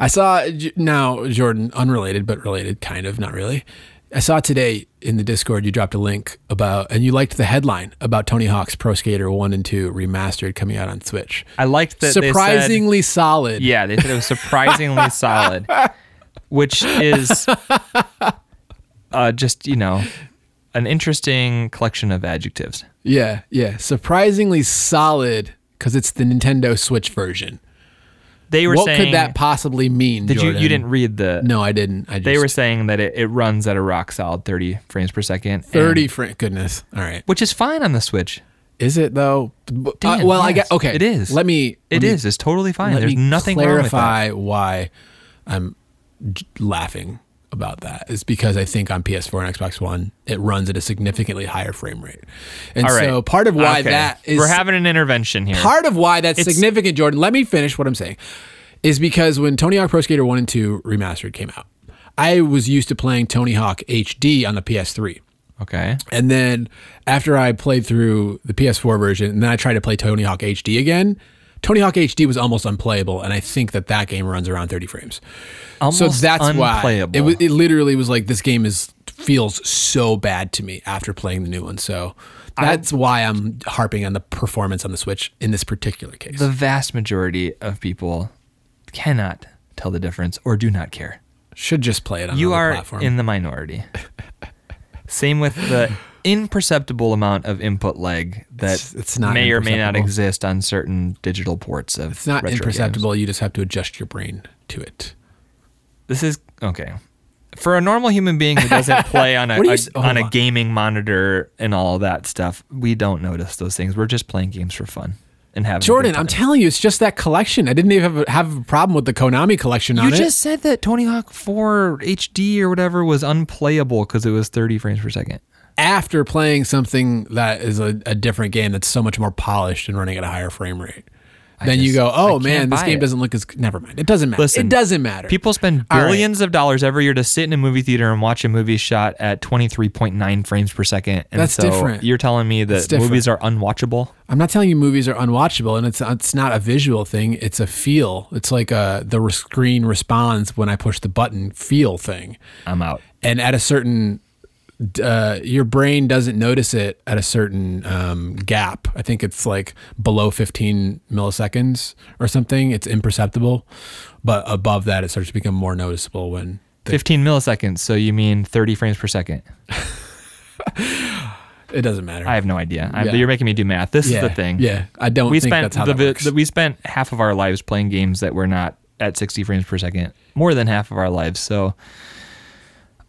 A: I saw J- now Jordan, unrelated but related, kind of, not really. I saw today in the Discord you dropped a link about, and you liked the headline about Tony Hawk's Pro Skater One and Two remastered coming out on Switch.
B: I liked that they said-
A: Surprisingly solid.
B: yeah, they said it was surprisingly solid, which is uh, just you know an interesting collection of adjectives.
A: yeah, yeah. Surprisingly solid because it's the Nintendo Switch version.
B: They were
A: what
B: saying
A: could that possibly mean?
B: did you
A: Jordan?
B: you didn't read the
A: No, I didn't. I just
B: they were saying that it, it runs at a rock solid 30 frames per second and-
A: thirty. Frank, goodness. All right.
B: which is fine on the switch
A: Is it though? B- uh,
B: Dan,
A: well, I
B: yes,
A: get okay.
B: it is.
A: Let me. let
B: It
A: me-
B: is. it's totally fine
A: Let
B: there's
A: me
B: nothing wrong
A: clarify why I'm j- laughing about that. It's because I think on PS4 and Xbox One it runs at a significantly higher frame rate, and
B: with that
A: so part of why
B: Okay.
A: that is
B: we're having an intervention here
A: part of why that's
B: It's-
A: significant, Jordan. Let me finish what I'm saying. Is because when Tony Hawk Pro Skater 1 and 2 remastered came out, I was used to playing Tony Hawk HD on the PS3.
B: okay
A: And then after I played through the PS4 version, and then I tried to play Tony Hawk HD again, Tony Hawk HD was almost unplayable, and I think that that game runs around 30 frames.
B: Almost
A: so that's
B: unplayable.
A: why it, wa- it literally was like this game is feels so bad to me after playing the new one. So that's why I'm harping on the performance on the Switch in this particular case.
B: the vast majority of people cannot tell the difference or do not care
A: Should just play it on
B: you
A: another
B: are
A: platform.
B: in the minority same with the imperceptible amount of input lag that
A: It's- it's not
B: may or may not
A: imperceptible.
B: exist on certain digital ports of
A: it's not
B: retro games.
A: imperceptible. You just have to adjust your brain to it.
B: This is okay. For a normal human being who doesn't play on a,
A: What do you
B: a-
A: s-
B: on
A: hold
B: a
A: on.
B: gaming monitor and all that stuff, we don't notice those things. We're just playing games for fun and having. a good
A: Jordan, I'm
B: time.
A: telling you, it's just that collection. I didn't even have a, have a problem with the Konami collection on
B: you
A: it.
B: just said that Tony Hawk 4 HD or whatever was unplayable because it was 30 frames per second.
A: after playing something that is a, a different game that's so much more polished and running at a higher frame rate. then you
B: just-
A: go,
B: I
A: oh
B: can't
A: man, this
B: buy
A: game
B: it."
A: doesn't look as. Never mind. It doesn't matter.
B: Listen,
A: it doesn't matter.
B: People spend
A: All right.
B: billions of dollars every year to sit in a movie theater and watch a movie shot at 23.9 frames per second. And
A: That's
B: so
A: different.
B: You're telling me
A: That's
B: that
A: different.
B: movies are unwatchable?
A: I'm not telling you movies are unwatchable, and it's it's not a visual thing. It's a feel. It's like a the re- screen responds when I push the button feel thing.
B: I'm out.
A: and at a certain uh, your brain doesn't notice it at a certain um, gap. I think it's like below 15 milliseconds or something. It's imperceptible, but above that, it starts to become more noticeable when. The,
B: 15 milliseconds. So you mean 30 frames per second?
A: it doesn't matter.
B: I have no idea. I,
A: Yeah.
B: You're making me do math. This
A: yeah,
B: is the thing.
A: Yeah, I don't
B: we
A: think
B: spent
A: that's how
B: the,
A: that works.
B: the, we spent half of our lives playing games that were not at 60 frames per second. More than half of our lives. So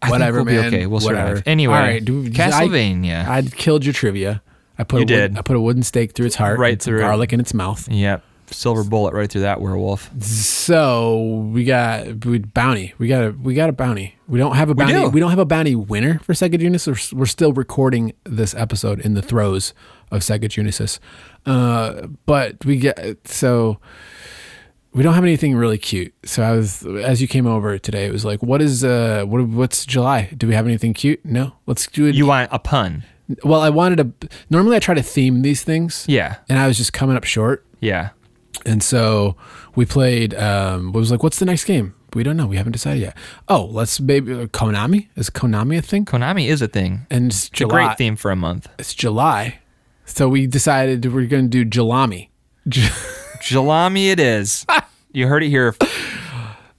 B: I
A: whatever,
B: think we'll
A: man.
B: be okay. We'll
A: whatever.
B: survive. Anyway,
A: All right, dude,
B: Castlevania.
A: I, I killed your trivia. I put a
B: You
A: wood-
B: did.
A: I put a wooden stake through its heart,
B: Right
A: and some
B: through it.
A: garlic in its mouth.
B: yep. Silver bullet right through that werewolf.
A: So we got we, bounty. We got a we got a bounty. We don't have a bounty.
B: do.
A: We do. not have a bounty winner for Sega Genesis. We're, we're still recording this episode in the throes of Sega Genesis, uh, but we get so we don't have anything really cute. So I was as you came over today, it was like, what is uh what what's July? Do we have anything cute? No. Let's do it.
B: You want a pun?
A: well, I wanted to. Normally, I try to theme these things,
B: Yeah.
A: and I was just coming up short.
B: Yeah.
A: And so we played. Um, it was like, what's the next game? We don't know. We haven't decided yet. Oh, let's maybe Konami is Konami a thing?
B: Konami is a thing.
A: And it's
B: It's a
A: July.
B: great theme for a month.
A: It's July, so we decided we're going to do Jalami. J-
B: Jalami it is. you heard it here.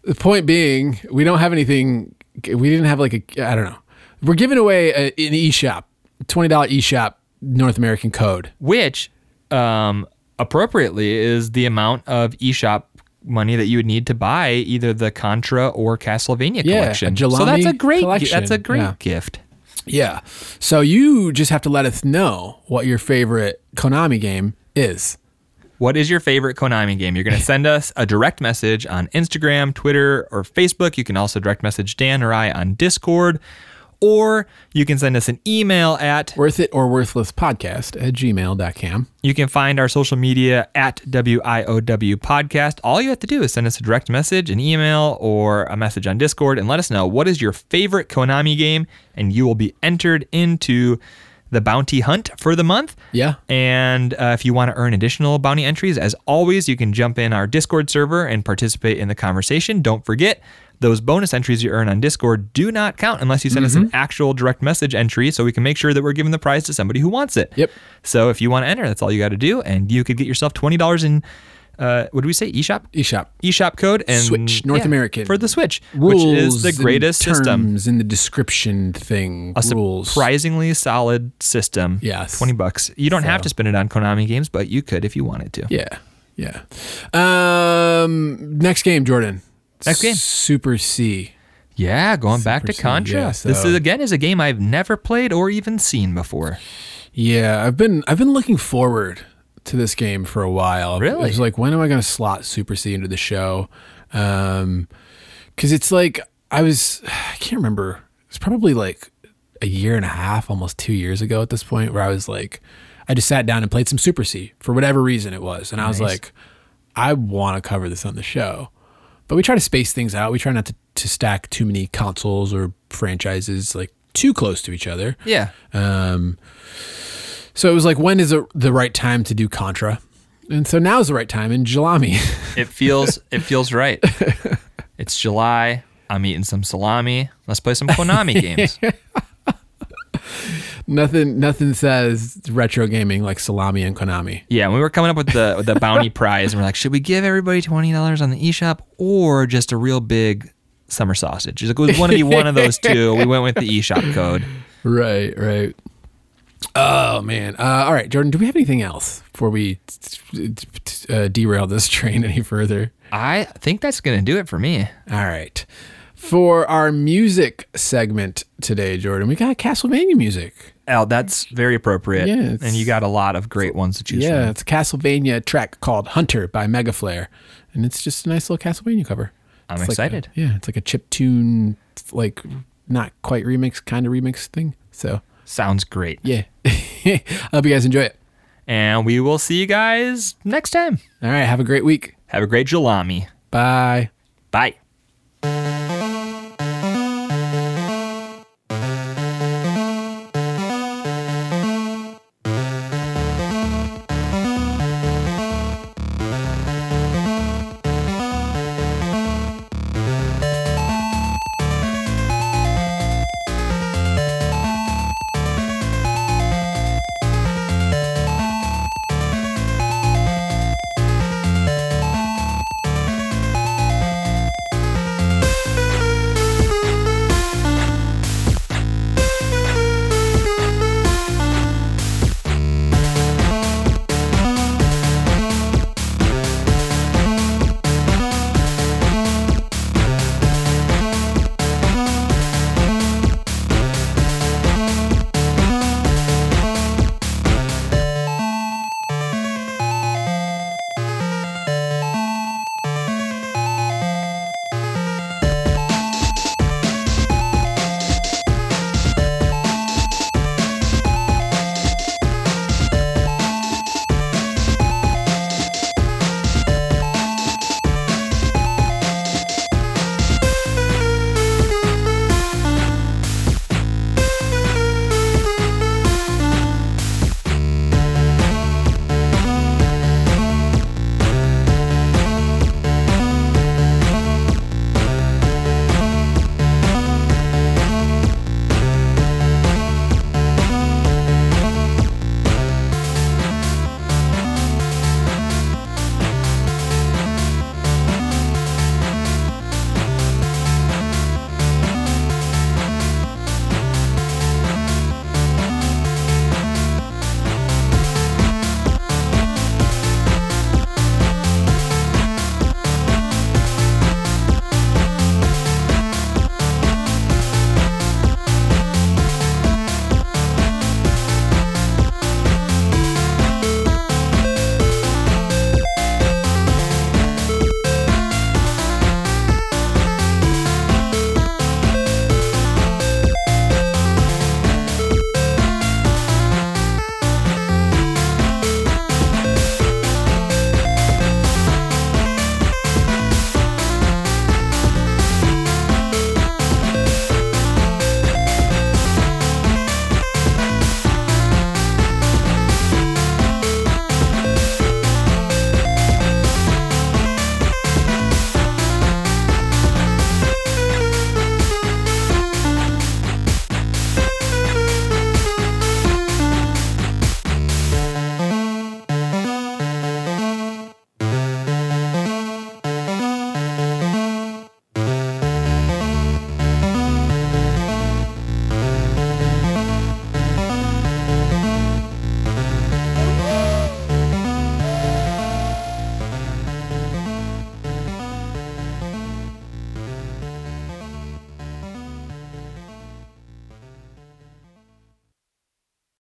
A: the point being, we don't have anything. We didn't have like a. I don't know. We're giving away a, an eShop, twenty dollar eShop North American code.
B: which um, appropriately is the amount of eShop money that you would need to buy either the Contra or Castlevania
A: Yeah,
B: collection.
A: a
B: so that's a
A: Jelani
B: great gi-
A: collection,
B: that's a great
A: yeah.
B: gift.
A: Yeah. So you just have to let us know what your favorite Konami game is.
B: What is your favorite Konami game? You're going to send us a direct message on Instagram, Twitter, or Facebook. You can also direct message Dan or I on Discord, or you can send us an email at.
A: Worth it or worthless podcast at gmail.com.
B: You can find our social media at WIOW Podcast. All you have to do is send us a direct message, an email, or a message on Discord and let us know what is your favorite Konami game, and you will be entered into the bounty hunt for the month.
A: Yeah.
B: And uh, if you want to earn additional bounty entries, as always, you can jump in our Discord server and participate in the conversation. Don't forget, those bonus entries you earn on Discord do not count unless you send us an
A: Mm-hmm.
B: actual direct message entry so we can make sure that we're giving the prize to somebody who wants it.
A: Yep.
B: So if you want to enter, that's all you got to do. And you could get yourself $20 in, uh, what do we say, eShop?
A: eShop.
B: eShop code and
A: Switch, North American.
B: for the Switch,
A: Rules
B: which is the
A: and
B: greatest system.
A: terms in the description thing.
B: a
A: rules.
B: surprisingly solid system.
A: Yes.
B: twenty bucks. You don't have to spend it on Konami games, but you could if you wanted to.
A: Yeah. Yeah. Um, next game, Jordan.
B: Next game.
A: Super C.
B: Yeah, going back to
A: Super Saiyan,
B: Contra.
A: yeah,
B: This
A: so-
B: is again is a game I've never played or even seen before.
A: Yeah, I've been I've been looking forward to this game for a while.
B: Really?
A: It's like when am I going to slot Super C into the show? Um cuz it's like I was I can't remember. It's probably like a year and a half, almost 2 years ago at this point where I was like I just sat down and played some Super C for whatever reason it was and I was like I want to cover this on the show. But we try to space things out. We try not to, to stack too many consoles or franchises like too close to each other.
B: Yeah,
A: Um, so it was like, when is the the right time to do Contra? And so now is the right time in Jalami.
B: it feels it feels right. It's July. I'm eating some salami. Let's play some Konami games.
A: nothing nothing says retro gaming like Salami and Konami.
B: Yeah, we were coming up with the with the bounty prize, and we're like, should we give everybody twenty dollars on the eShop or just a real big summer sausage? It's like, it was going to be one of those two. We went with the eShop code.
A: Right, right. Oh man! Uh, all right, Jordan. Do we have anything else before we t- t- t- uh, derail this train any further?
B: I think that's gonna do it for me.
A: All right. For our music segment today, Jordan, we got Castlevania music.
B: Al, that's very appropriate.
A: Yeah, it's-
B: and you got a lot of great ones to choose
A: Yeah,
B: from.
A: it's a Castlevania track called Hunter by Megaflare. And it's just a nice little Castlevania cover.
B: I'm
A: It's like a-
B: excited.
A: yeah, it's like a chip tune, like not quite remix, kind of remix thing. So,
B: Sounds great.
A: yeah. I hope you guys enjoy it.
B: And we will see you guys next time.
A: All right, have a great week.
B: Have a great Jalami.
A: Bye.
B: Bye.